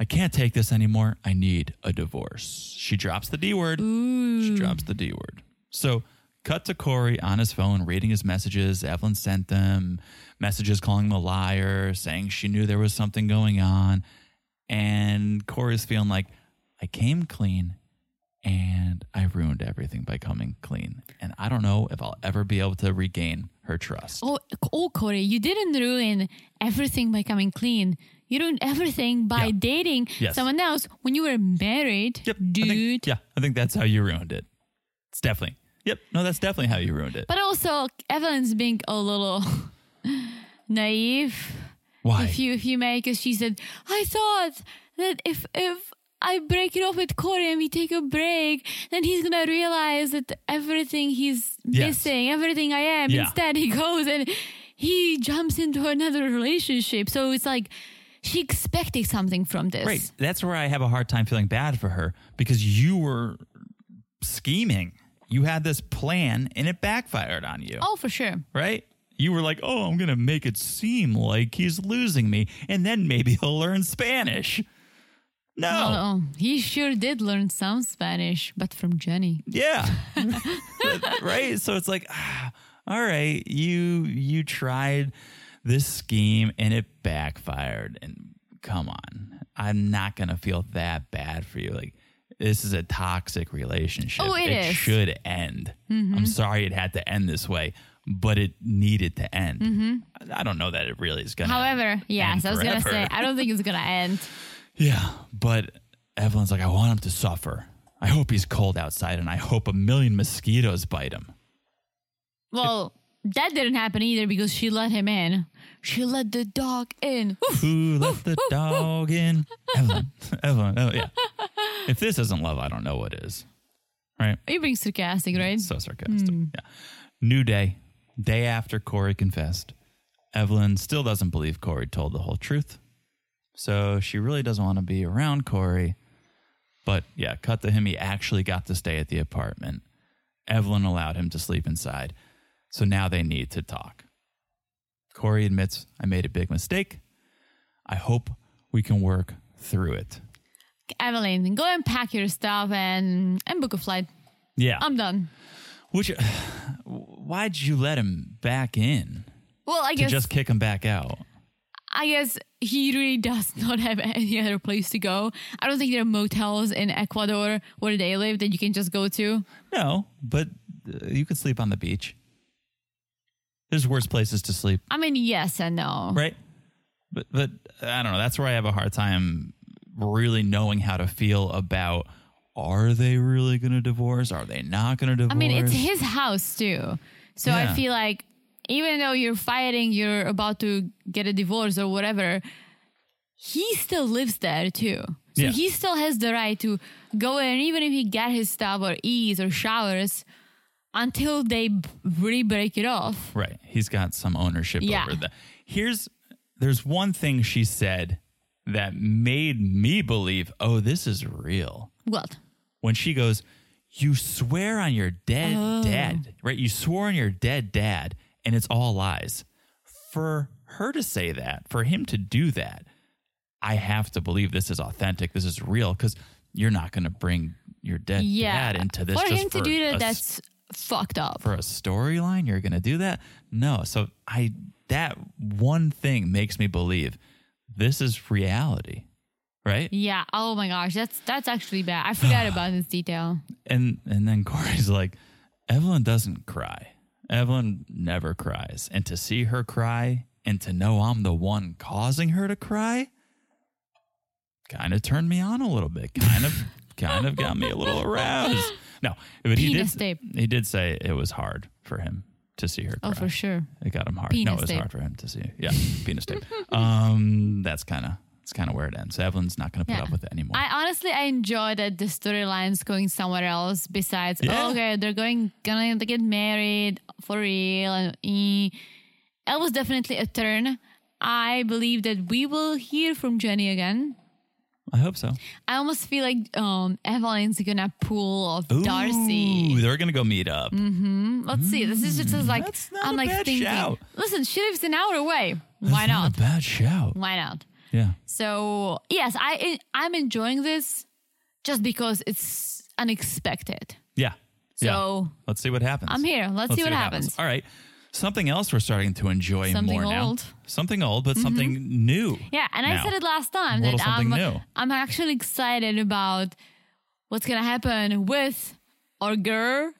A: I can't take this anymore. I need a divorce. She drops the D word. She drops the D word. So cut to Corey on his phone, reading his messages. Evelyn sent them messages calling him a liar, saying she knew there was something going on. And Corey's feeling like, I came clean and I ruined everything by coming clean. And I don't know if I'll ever be able to regain her trust.
B: Oh, oh, Corey, you didn't ruin everything by coming clean. You ruined everything by
A: Yeah.
B: dating
A: Yes.
B: someone else when you were married,
A: Yep. I
B: dude.
A: think- yeah, I think that's how you ruined it. It's definitely. Yep. No, that's definitely how you ruined it.
B: But also, Evelyn's being a little (laughs) naive.
A: Why?
B: If you if you may, because she said, I thought that if if I break it off with Corey and we take a break, then he's gonna realize that everything he's
A: Yes.
B: missing, everything I am.
A: Yeah.
B: Instead, he goes and he jumps into another relationship. So it's like she expecting something from this.
A: right. That's where I have a hard time feeling bad for her because you were scheming. You had this plan and it backfired on you.
B: Oh, for sure.
A: Right? You were like, "Oh, I'm going to make it seem like he's losing me and then maybe (laughs) he'll learn Spanish." No.
B: Oh, he sure did learn some Spanish, but from Jenny. (laughs)
A: Yeah. right? So it's like, (sighs) ah, all right, you you tried this scheme and it backfired and come on. I'm not going to feel that bad for you. Like this is a toxic relationship.
B: Oh, it is. Mm-hmm.
A: should end. I'm sorry it had to end this way, but it needed to end. I I don't know that it really is going to.
B: Mm-hmm. However, yes, I was gonna say
A: forever.
B: I don't think it's gonna
A: (laughs)
B: end.
A: Yeah, but Evelyn's like, I want him to suffer. I hope he's cold outside and I hope a million mosquitoes bite him.
B: Well, that didn't happen either because she let him in. She let the dog in. Oof.
A: Who let the dog in? Evelyn. (laughs) Evelyn. Oh, yeah. If this isn't love, I don't know what is. Right?
B: Are you being sarcastic, right?
A: So sarcastic. Yeah. New day. Day after Corey confessed. Evelyn still doesn't believe Corey told the whole truth. So she really doesn't want to be around Corey. But yeah, cut to him. He actually got to stay at the apartment. Evelyn allowed him to sleep inside. So now they need to talk. Corey admits, I made a big mistake. I hope we can work through it.
B: Evelyn, go and pack your stuff and, and book a flight.
A: Yeah.
B: I'm done.
A: Um, Which, (sighs) why'd you let him back in
B: Well, I
A: to
B: guess
A: just kick him back out?
B: I guess he really does (laughs) not have any other place to go. I don't think there are motels in Ecuador where they live that you can just go to.
A: No, but uh, you could sleep on the beach. There's worse places to sleep,
B: I mean, yes and no.
A: right? But but I don't know. That's where I have a hard time really knowing how to feel about. Are they really going to divorce? Are they not going to divorce?
B: I mean, it's his house too. So
A: Yeah.
B: I feel like even though you're fighting, you're about to get a divorce or whatever, he still lives there too. So
A: Yeah.
B: he still has the right to go in, even if he get his stuff or eats or showers until they b- really break it off.
A: Right. He's got some ownership
B: Yeah.
A: over that. Here's there's one thing she said that made me believe, oh, this is real.
B: What?
A: When she goes, You swear on your dead
B: Oh.
A: dad, right? You swore on your dead dad, and it's all lies. For her to say that, for him to do that, I have to believe this is authentic. This is real because you're not going to bring your dead
B: Yeah.
A: dad into this.
B: for
A: just
B: him to
A: for
B: do
A: a
B: that, that's fucked up.
A: for a storyline you're going to do that no so i that one thing makes me believe this is reality right
B: yeah. Oh my gosh, that's that's actually bad. I
A: (sighs)
B: forgot about this detail.
A: and and then corey's like evelyn doesn't cry evelyn never cries and to see her cry and to know i'm the one causing her to cry kind of turned me on a little bit kind
B: (laughs)
A: of kind of got me a little aroused no but he
B: Penis
A: did
B: tape.
A: he did say it was hard for him to see her cry.
B: Oh, for sure.
A: It got him hard. no,
B: Penis
A: it was
B: tape.
A: hard for him to see. Yeah, penis tape. (laughs) Um, that's kind of that's kind of where it ends. Evelyn's not going to put
B: Yeah.
A: up with it anymore.
B: I honestly I enjoy that the storylines going somewhere else besides
A: Yeah.
B: oh, okay they're going gonna get married for real and eh. it was definitely a turn. I believe that we will hear from Jenny again.
A: I hope so.
B: I almost feel like um, Evelyn's gonna pull off
A: Ooh,
B: Darcy.
A: they're going to go meet up.
B: Let's see. This is just like
A: that's not
B: I'm
A: a
B: like
A: bad
B: thinking.
A: shout.
B: Listen, she lives an hour away.
A: That's
B: Why not?
A: a bad shout.
B: Why not?
A: Yeah.
B: So yes, I I'm enjoying this just because it's unexpected.
A: Yeah. Yeah.
B: So-
A: let's see what happens.
B: I'm here. Let's, see what, happens.
A: All right. Something else we're starting to enjoy
B: Something
A: more
B: old. Mm-hmm.
A: now. Something old, but something new.
B: Yeah, and
A: now.
B: I said it last time
A: Little
B: that I'm
A: something new.
B: I'm actually excited about what's gonna happen with our girl,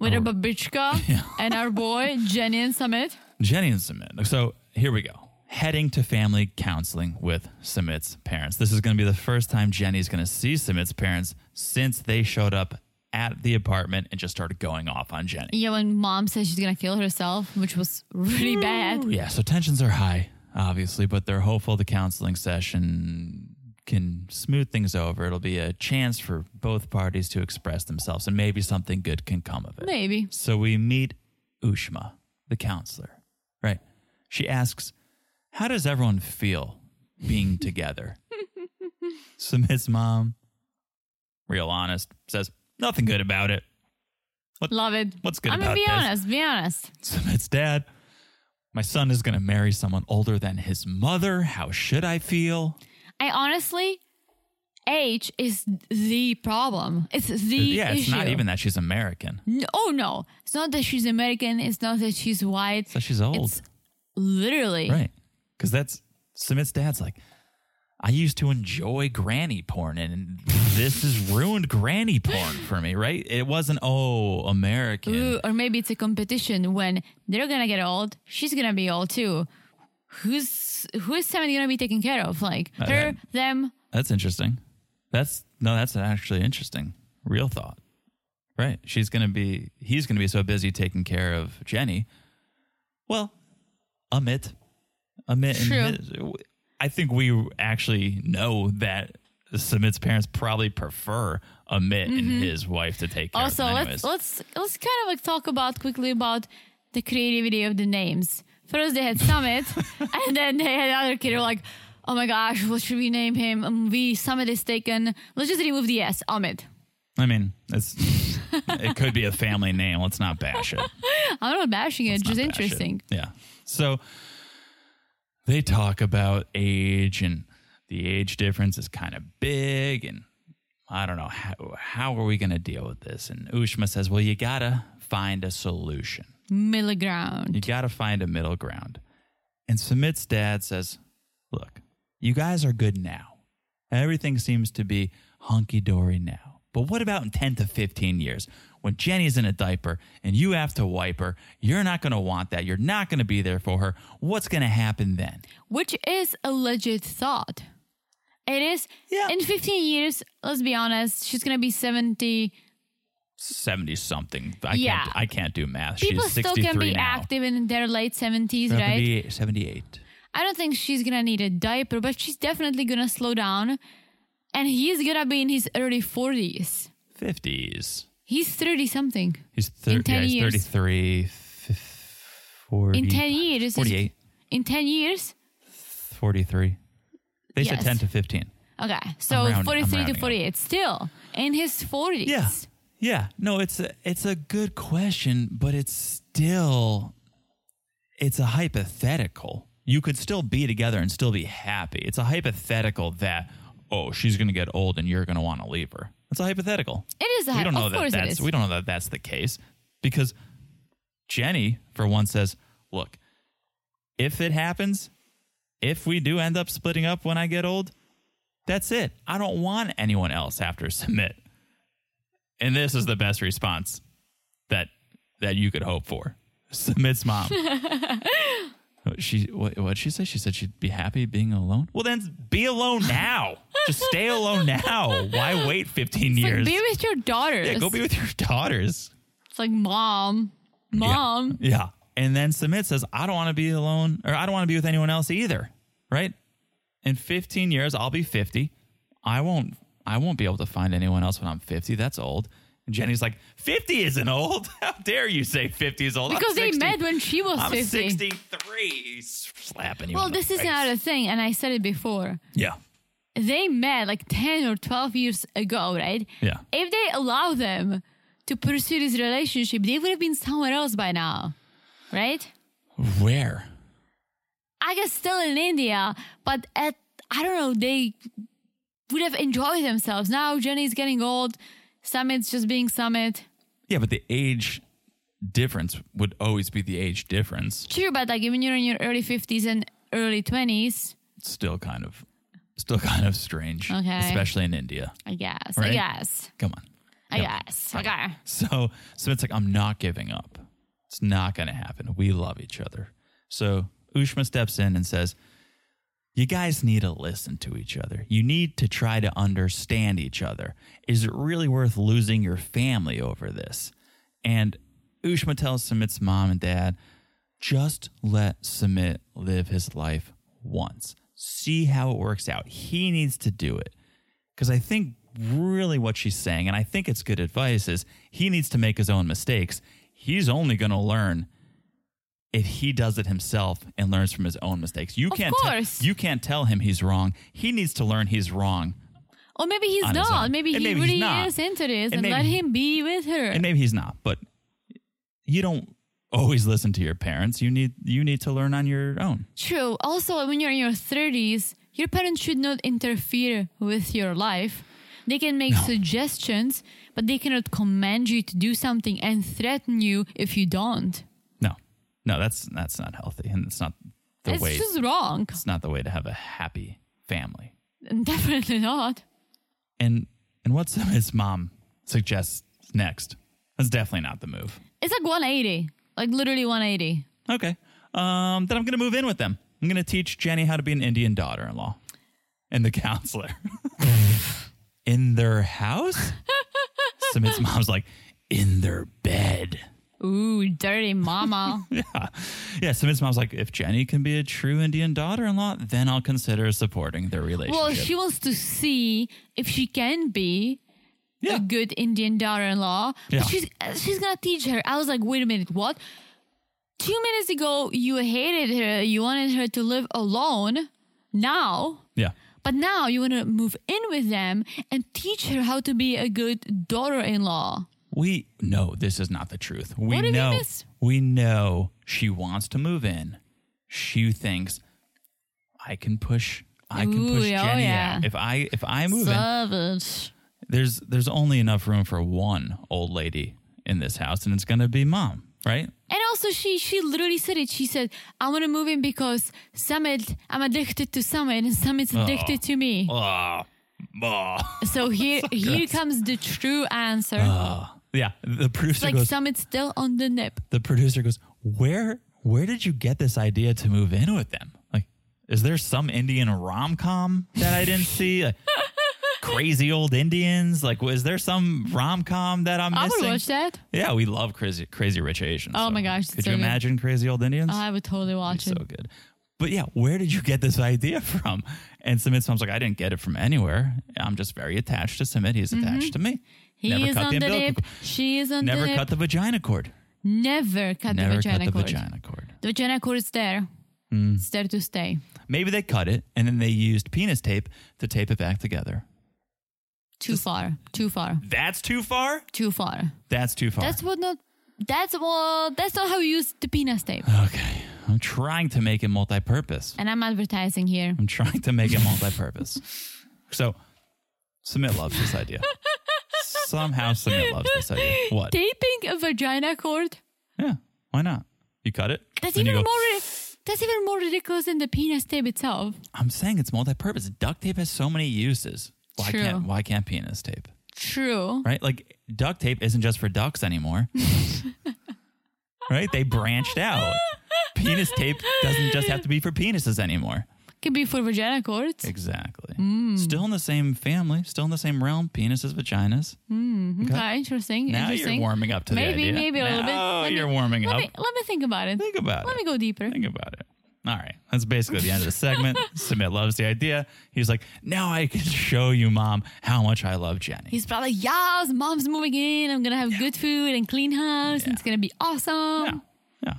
B: with our
A: Our- (laughs)
B: babichka, and our boy Jenny and Summit.
A: Jenny and Sumit. So here we go. Heading to family counseling with Sumit's parents. This is going to be the first time Jenny's going to see Sumit's parents since they showed up at the apartment and just started going off on Jenny.
B: Yeah, when mom says she's gonna kill herself, which was really bad.
A: Yeah, so tensions are high, obviously, but they're hopeful the counseling session can smooth things over. It'll be a chance for both parties to express themselves and maybe something good can come of it.
B: Maybe.
A: So we meet Ushma, the counselor, right? She asks, How does everyone feel being together? Submit's mom, real honest, says, Nothing good about it.
B: Love it.
A: What's good
B: I mean,
A: about
B: be
A: this?
B: honest, be honest.
A: Submit's dad, My son is going to marry someone older than his mother. How should I feel?
B: I honestly, age is the problem. It's the
A: yeah, it's
B: issue.
A: not even that she's American.
B: No, oh no, it's not that she's American. It's not that she's white.
A: So she's old.
B: It's literally
A: Right. Because that's Submit's dad's like, I used to enjoy granny porn and this has ruined granny porn for me, right? It wasn't, oh, American.
B: Ooh, or maybe it's a competition when they're gonna get old. She's gonna be old too. Who's who's somebody gonna be taken care of? Like her, them.
A: That's interesting. That's, no, that's actually interesting. Real thought. Right. She's going to be, he's going to be so busy taking care of Jenny. Well, Amit. Amit. and his- I think we actually know that Submit's parents probably prefer Amit and his wife to take care
B: Mm-hmm. Also,
A: of them anyways.
B: let's let's let's kind of like talk about quickly about the creativity of the names. First they had
A: (laughs)
B: Summit, and then they had other kid. who were like, oh my gosh, what should we name him? Um, we Summit is taken. Let's just remove the S. Amit.
A: I mean, it's it could be a family name. Let's not bash it.
B: I'm not bashing it.
A: Let's
B: Just
A: not bash it.
B: interesting.
A: Yeah. So they talk about age and the age difference is kind of big and I don't know, how, how are we going to deal with this? And Ushma says, well, you got to find a solution.
B: Middle ground.
A: You got to find a middle ground. And Sumit's dad says, Look, you guys are good now. Everything seems to be hunky dory now. But what about in 10 to 15 years when Jenny's in a diaper and you have to wipe her? You're not going to want that. You're not going to be there for her. What's going to happen then?
B: which is a legit thought. It is.
A: Yeah.
B: In 15 years, let's be honest, she's gonna be 70.
A: 70 something. I,
B: Yeah.
A: can't, I can't do math.
B: People
A: She's
B: still
A: 63
B: can be
A: now.
B: active in their late 70s, right?
A: 78, 78.
B: I don't think she's gonna need a diaper, but she's definitely gonna slow down. And he's gonna be in his early 40s.
A: 50s.
B: He's 30 something.
A: He's, thir-
B: In 10
A: yeah, he's
B: years.
A: 33, f- 40,
B: In 10 years, it's-
A: 48.
B: In 10 years?
A: 43. They
B: Yes.
A: said 10 to 15.
B: Okay, so
A: I'm rounding- I'm
B: 43
A: rounding
B: to
A: up.
B: 48, still in his 40s.
A: Yeah. Yeah. No, it's a, it's a good question, but it's still it's a hypothetical. You could still be together and still be happy. It's a hypothetical that oh, she's going to get old and you're going to want to leave her. It's a hypothetical.
B: It is a
A: we don't
B: hy-
A: know
B: Of
A: that
B: course it
A: that's
B: is.
A: we don't know that that's the case because Jenny for one says, "Look, if it happens, if we do end up splitting up when I get old, that's it. I don't want anyone else after (laughs) submit." And this is the best response that that you could hope for. Submit's mom.
B: (laughs)
A: she what what she say? She said she'd be happy being alone. Well, then be alone now. Just stay
B: (laughs)
A: alone now. Why wait 15
B: It's like,
A: years?
B: be with your daughters.
A: Yeah, go be with your daughters.
B: It's like, mom, mom.
A: Yeah. yeah. And then Submit says, I don't want to be alone or I don't want to be with anyone else either. Right? In 15 years, I'll be 50. I won't I won't be able to find anyone else when I'm 50. That's old. And Jenny's like, 50 isn't old. (laughs) How dare you say 50 is old? I'm
B: Because they
A: 60.
B: met when she was
A: I'm
B: 50.
A: 63. Slapping you.
B: Well,
A: in the
B: this is
A: face.
B: another thing, and I said it before.
A: Yeah.
B: They met like 10 or 12 years ago, right?
A: Yeah.
B: If they allow them to pursue this relationship, they would have been somewhere else by now, right?
A: Where?
B: I guess still in India, but at, I don't know, they would have enjoyed themselves. Now Jenny's getting old, Summit's just being Summit.
A: Yeah, but the age difference would always be the age difference.
B: True, but like when you're in your early 50s and early 20s,
A: still kind of still (laughs) kind of strange
B: Okay.
A: especially in india
B: I guess, I
A: Right.
B: guess,
A: come on
B: I
A: Come on.
B: guess. Okay.
A: so so it's like i'm not giving up it's not gonna happen we love each other so ushma steps in and says you guys need to listen to each other. You need to try to understand each other. Is it really worth losing your family over this? And Ushma tells Sumit's mom and dad, just let Sumit live his life once. See how it works out. He needs to do it. Because I think really what she's saying, and I think it's good advice, is he needs to make his own mistakes. He's only going to learn if he does it himself and learns from his own mistakes. You
B: Of
A: can't tell-
B: course.
A: you can't tell him he's wrong. He needs to learn he's wrong.
B: Or maybe he's
A: on his
B: not.
A: own.
B: Maybe
A: And
B: he
A: maybe he's
B: really
A: not.
B: is into this,
A: And
B: and,
A: maybe-
B: let him be with her.
A: And maybe he's not, but you don't always listen to your parents. You need you need to learn on your own.
B: True. Also, when you're in your thirties, your parents should not interfere with your life. They can make
A: No.
B: suggestions, but they cannot command you to do something and threaten you if you don't.
A: No. No, that's that's not healthy and it's not the
B: it's
A: way
B: just wrong. (laughs)
A: it's not the way to have a happy family.
B: Definitely not.
A: And and what's (laughs) his mom suggests next? That's definitely not the move.
B: It's like 180, like literally 180.
A: Okay. Um, then I'm going to move in with them. I'm going to teach Jenny how to be an Indian daughter in law and the (laughs)
B: (laughs)
A: counselor. in their house? Sumit's mom's like, in their bed.
B: Ooh,
A: (laughs)
B: dirty mama.
A: Yeah. Yeah. Sumit's mom's like, if Jenny can be a true Indian daughter in law, then I'll consider supporting their relationship.
B: well, she wants to see if she can be
A: yeah.
B: a good Indian daughter-in-law.
A: Yeah.
B: But she's uh, she's gonna teach her. I was like, wait a minute, what? Two minutes ago, you hated her. You wanted her to live alone. Now,
A: yeah.
B: but now you want to move in with them and teach her how to be a good daughter-in-law.
A: We know this is not the truth. We
B: What did we
A: know
B: miss?
A: we know she wants to move in. She thinks I can push I can
B: Ooh,
A: push
B: oh,
A: Jenny
B: yeah.
A: out. If I if I move in,
B: Savage.
A: There's there's only enough room for one old lady in this house, and it's gonna be mom, right?
B: And also, she she literally said it. She said, "I want to move in because Summit. I'm addicted to Summit, and Summit's addicted to me."
A: Oh, (laughs)
B: so here here comes the true answer.
A: Ah. yeah. The producer
B: like
A: goes.
B: Summit's still on the nip.
A: the producer goes, "Where where did you get this idea to move in with them? Like, is there some Indian rom com that I didn't see?
B: (laughs)
A: Like, crazy old Indians? Like, was there some rom com that I'm
B: I
A: missing?
B: would watch that.
A: Yeah, we love Crazy Crazy Rich Asians.
B: Oh
A: so.
B: my gosh, it's
A: could
B: so
A: you
B: good.
A: imagine Crazy Old Indians?
B: I would totally watch
A: so
B: it.
A: good. But yeah, where did you get this idea from? And Submit's mom's like, I didn't get it from anywhere. I'm just very attached to Submit. He's
B: Mm-hmm.
A: attached to me.
B: He
A: never
B: is
A: cut
B: on the
A: the umbilical
B: nip.
A: cord.
B: She is on
A: Never
B: the nip.
A: cut the vagina cord.
B: Never cut
A: Never
B: the vagina
A: cut the
B: cord.
A: vagina Mm. cord.
B: The vagina cord is there. It's there to stay.
A: Maybe they cut it and then they used penis tape to tape it back together.
B: Too far. Too far.
A: That's too far?
B: Too far.
A: That's too far.
B: That's what not. That's what. That's not how you use the penis
A: (sighs)
B: tape.
A: okay. I'm trying to make it multi purpose.
B: And I'm advertising here.
A: I'm trying to make it multi-purpose. so, Submit loves this idea. Somehow, Submit loves this idea. What?
B: Taping a vagina cord.
A: Yeah. Why not? You cut it.
B: That's
A: then you go,
B: even more. ri- That's even more ridiculous than the penis tape itself.
A: I'm saying it's multi-purpose. Duct tape has so many uses. Why
B: True.
A: can't Why can't penis tape?
B: True.
A: Right? Like duct tape isn't just for ducks
B: (laughs)
A: anymore. right? They branched out. Penis tape doesn't just have to be for penises anymore.
B: Can be for vagina cords.
A: Exactly.
B: Hmm.
A: Still in the same family. Still in the same realm. Penises, vaginas.
B: Okay, interesting.
A: Now
B: Hmm,
A: you're
B: interesting.
A: warming up to the
B: maybe,
A: idea.
B: Maybe, a little bit.
A: Now
B: Let
A: you're
B: me-
A: warming
B: let
A: up.
B: Me, let me think about it.
A: Think about
B: Let
A: it.
B: me go deeper.
A: Think about it. All right. That's basically the end of the
B: (laughs)
A: segment. Submit loves the idea. He's like, now I can show you, mom, how much I love Jenny.
B: He's probably like, yes, mom's moving in. I'm gonna have good food and clean house. and it's gonna be awesome.
A: yeah. Yeah.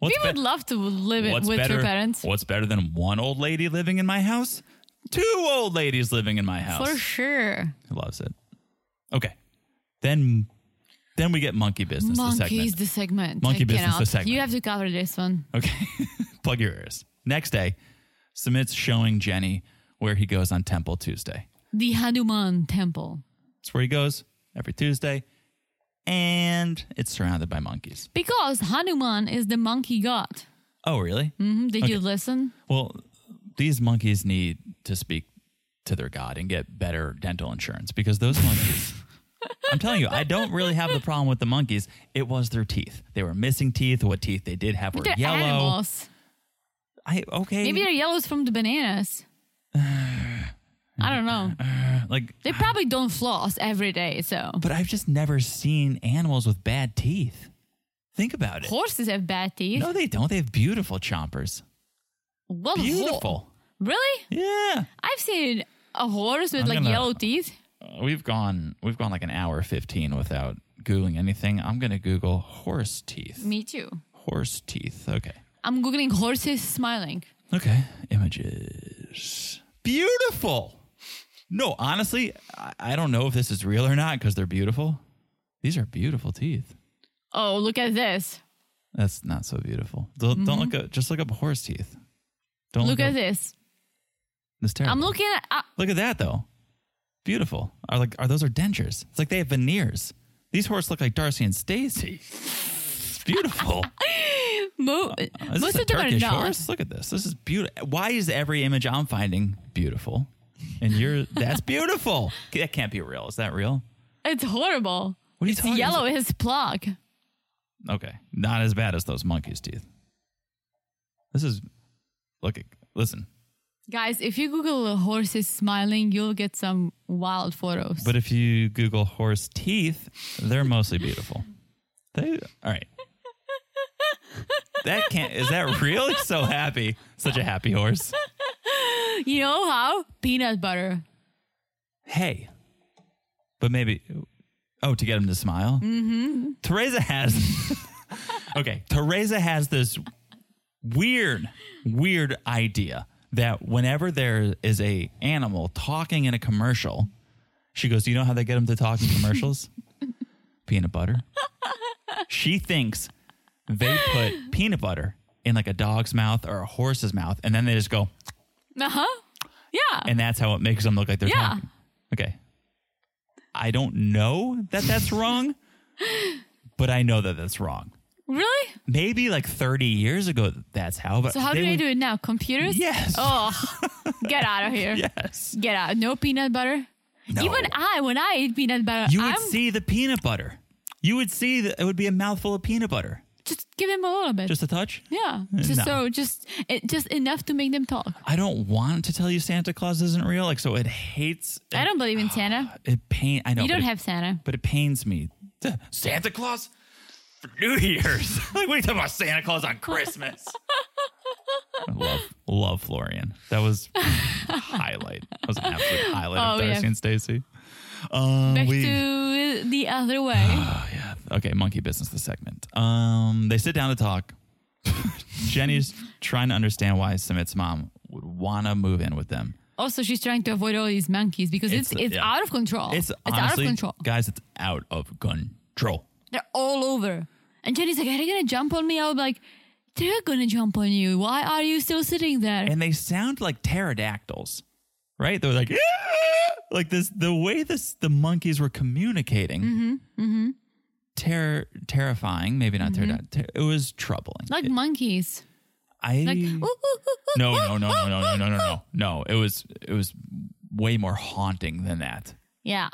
A: What's
B: We would
A: be-
B: love to live it
A: what's
B: with
A: better,
B: your parents.
A: What's better than one old lady living in my house? Two old ladies living in my house.
B: For sure.
A: He loves it. Okay. Then then we get monkey business. the
B: Monkey is
A: segment.
B: the segment.
A: Monkey
B: I
A: business,
B: cannot.
A: the segment.
B: You have to cover this one.
A: Okay. (laughs) Plug your ears. Next day, Submit's showing Jenny where he goes on Temple Tuesday.
B: The Hanuman temple.
A: It's where he goes every Tuesday, and it's surrounded by monkeys.
B: Because Hanuman is the monkey god.
A: Oh, really?
B: Hmm, Did you listen?
A: Well, these monkeys need to speak to their God and get better dental insurance because those
B: (laughs)
A: monkeys. I'm telling you, I don't really have the problem with the monkeys. It was their teeth. They were missing teeth. What teeth they did have were
B: They're
A: yellow.
B: animals.
A: I okay.
B: Maybe they're yellows from
A: (sighs)
B: the bananas. I don't know.
A: like
B: They probably don't floss every
A: (sighs)
B: day, so
A: but I've just never seen animals with bad teeth. Think about it.
B: horses have bad teeth.
A: No, they don't. They have beautiful chompers.
B: What hor-
A: Beautiful.
B: really?
A: Yeah.
B: I've seen a horse with
A: I'm
B: like
A: gonna-
B: yellow teeth.
A: we've gone we've gone like an hour 15 without googling anything i'm gonna google horse teeth
B: Me too.
A: horse teeth okay
B: I'm googling horses smiling.
A: okay images beautiful no honestly i, I don't know if this is real or not because they're beautiful these are beautiful teeth
B: Oh, look at this.
A: that's not so beautiful don't, don't look up just look up horse teeth don't
B: Mm-hmm. Look at
A: up-
B: this.
A: it's terrible.
B: I'm looking at. Uh,
A: look at that though beautiful are like are those are dentures it's like they have veneers these horses look like darcy and stacy it's beautiful
B: mo-
A: Uh, Is this
B: most
A: a
B: of them are
A: Turkish
B: not.
A: horse? Look at this. This is beautiful. Why is every image I'm finding beautiful? And you're that's beautiful. That can't be real. Is that real?
B: It's horrible.
A: What are you
B: It's
A: talking
B: yellow.
A: about?
B: It's plug.
A: Okay, not as bad as those monkeys' teeth. This is look. Listen,
B: Guys, if you Google horses smiling, you'll get some wild photos.
A: but if you Google horse teeth, they're mostly beautiful. They all right. That can't. Is that real? He's so happy. Such a happy horse.
B: (laughs) you know how peanut butter.
A: hey. But maybe, oh, to get him to smile? Mm-hmm. Teresa has, (laughs) okay, Teresa has this weird, weird idea that whenever there is a animal talking in a commercial, she goes, do you know how they get them to talk in commercials? peanut butter. she thinks they put peanut butter in like a dog's mouth or a horse's mouth, and then they just go,
B: Uh huh. Yeah.
A: and that's how it makes them look like they're
B: Yeah.
A: talking. Okay. I don't know that that's wrong, but I know that that's wrong.
B: Really?
A: Maybe like 30 years ago, that's how. But
B: So how
A: they
B: do they
A: would-
B: do it now? Computers?
A: Yes.
B: Oh, (laughs) get out of here.
A: Yes.
B: Get out. No peanut butter.
A: No.
B: Even I, when I eat peanut butter,
A: You would
B: I'm
A: see the peanut butter. You would see that it would be a mouthful of peanut butter.
B: just give them a little bit.
A: Just a touch?
B: yeah. Just
A: no.
B: so just it, just enough to make them talk.
A: I don't want to tell you Santa Claus isn't real. Like, so it hates.
B: I don't believe in Santa.
A: It pain. I know.
B: You
A: but
B: don't
A: it-
B: have Santa.
A: but it pains me. (laughs) Santa Claus for New Year's. (laughs) like, what are you talking about Santa Claus on Christmas? I love, love Florian. That was a highlight. That was an absolute highlight of
B: Oh, yeah.
A: Darcy and Stacy. Um,
B: Back
A: we-
B: to the other
A: (sighs)
B: way.
A: Oh, yeah. Okay, monkey business, the segment. Um, they sit down to talk. (laughs) Jenny's trying to understand why Sumit's mom would want to move in with them.
B: also, she's trying to avoid all these monkeys because it's
A: It's-
B: it's,
A: yeah.
B: out of control.
A: It's,
B: out
A: honestly,
B: of control.
A: guys, it's out of control.
B: They're all over. And Jenny's like, "Are they gonna jump on me?" I was like, "They're gonna jump on you. Why are you still sitting there?"
A: and they sound like pterodactyls, right? They're like, "Ah!" like this. The way this the monkeys were communicating,
B: Mm-hmm,
A: terror, terrifying. Maybe not pterodactyl. ter- it was troubling.
B: Mm-hmm. like
A: It-
B: monkeys.
A: I
B: Like, oh, "Ooh, ooh, ooh, ooh,
A: no
B: ooh,
A: no no no
B: ooh,
A: no no
B: ooh,
A: no no
B: ooh."
A: no no. It was it was way more haunting than that.
B: Yeah,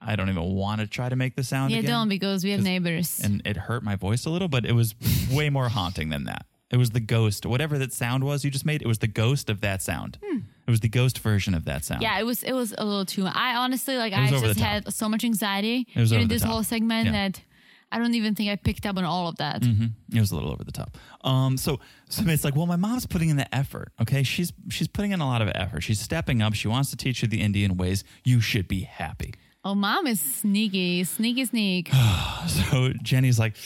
A: I don't even want to try to make the sound.
B: yeah,
A: again.
B: don't because we have neighbors.
A: and it hurt my voice a little, but it was
B: (laughs)
A: way more haunting than that. It was the ghost, whatever that sound was you just made. It was the ghost of that sound. It was the ghost version of that sound.
B: Hmm. yeah, it was it was a little too. I honestly like I
A: was over
B: just
A: the top.
B: had so much anxiety
A: was over
B: during
A: the
B: this
A: top.
B: whole segment
A: Yeah. Mm-hmm.
B: that I don't even think I picked up on all of that.
A: It was a little over the top. Um, so, so it's like, well, my mom's putting in the effort. Okay, she's she's putting in a lot of effort. She's stepping up. She wants to teach you the Indian ways. You should be happy. (laughs)
B: Oh, mom is sneaky, sneaky,
A: (sighs)
B: sneak.
A: So Jenny's like,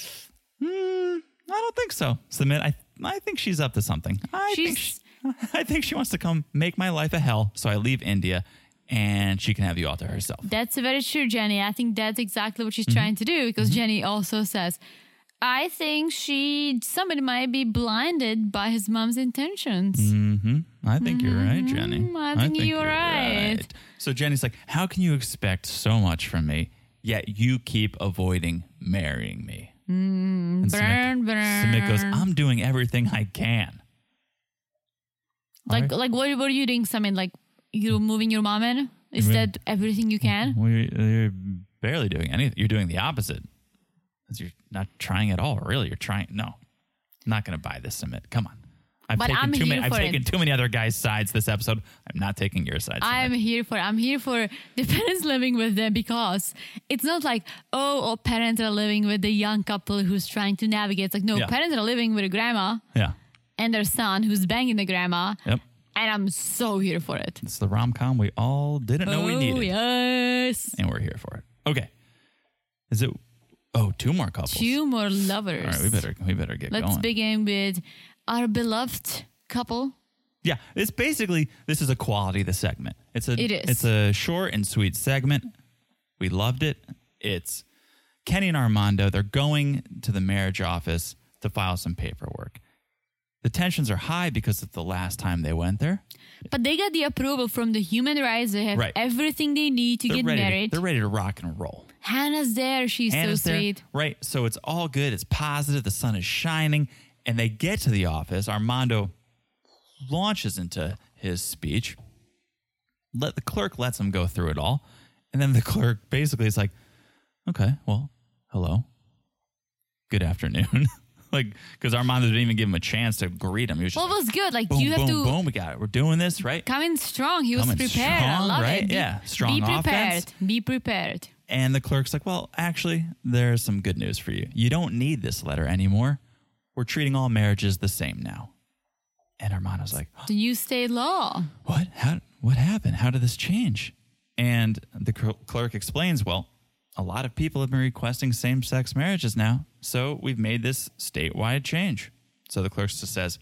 A: hmm, I don't think so. Submit. I I think she's up to something. I think
B: She's-
A: she, (laughs) I think she wants to come make my life a hell. So I leave India, and she can have you all to herself.
B: That's very true, Jenny. I think that's exactly what she's
A: Mm-hmm.
B: trying to do because Jenny also says, I think she, somebody might be blinded by his mom's intentions.
A: Mm, I think you're right, Jenny.
B: Mhm, I think you're right.
A: So Jenny's like, How can you expect so much from me, yet you keep avoiding marrying me? and
B: burn, Mm-hmm. burn.
A: Sumit goes, I'm doing everything I can.
B: Like,
A: Alright. Mm.
B: like what, what are you doing, Simon? Like, you're moving your mom in? Is
A: Yeah.
B: that everything you can?
A: Well, you're, you're barely doing anything. You're doing the opposite. 'Cause You're not trying at all, really. You're trying. No, I'm not going to buy this, Sumit. Come on. I've
B: But
A: taken
B: I'm
A: too many.
B: here
A: I've
B: for it.
A: taken too many other guys' sides this episode. I'm not taking your side. Sumit.
B: I'm here for I'm here for (laughs) the parents living with them because it's not like oh, oh parents are living with the young couple who's trying to navigate. It's like no,
A: Yeah.
B: parents are living with a grandma
A: yeah.
B: and their son who's banging the grandma.
A: Yep.
B: And I'm so here for it.
A: It's the rom com we all didn't know we
B: oh,
A: needed.
B: yes.
A: and we're here for it. Okay. Is it? Oh, two more couples.
B: Two more lovers.
A: All right, we better we better get
B: Let's
A: going.
B: begin with our beloved couple.
A: yeah, it's basically this is a quality of the segment. It's a
B: It is.
A: it's a short and sweet segment. We loved it. It's Kenny and Armando. They're going to the marriage office to file some paperwork. The tensions are high because it's the last time they went there.
B: But they got the approval from the human rights. They have
A: Right.
B: everything they need to
A: They're
B: get
A: ready. to-
B: married.
A: they're ready to rock and roll.
B: Hannah's there. She's
A: Anna's
B: so
A: there,
B: sweet.
A: right? So it's all good. It's positive. The sun is shining, and they get to the office. Armando launches into his speech. Let the clerk lets him go through it all, and then the (laughs) clerk basically is like, "Okay, well, hello, good afternoon." (laughs) like, because Armando didn't even give him a chance to greet him. He was just
B: Well, it
A: like,
B: was good. Like
A: boom,
B: you have
A: boom,
B: to
A: boom. We got it. We're doing this, right?
B: come in strong. He was
A: Come in
B: prepared. I
A: strong,
B: love
A: right?
B: it. Be,
A: Yeah. Strong
B: Be prepared.
A: offense.
B: Be prepared.
A: And the clerk's like, Well, actually, there's some good news for you. You don't need this letter anymore. We're treating all marriages the same now. And Armando's like,
B: The new state law.
A: What? How, what happened? How did this change? And the cl- clerk explains, Well, a lot of people have been requesting same sex marriages now. So we've made this statewide change. So the clerk just says,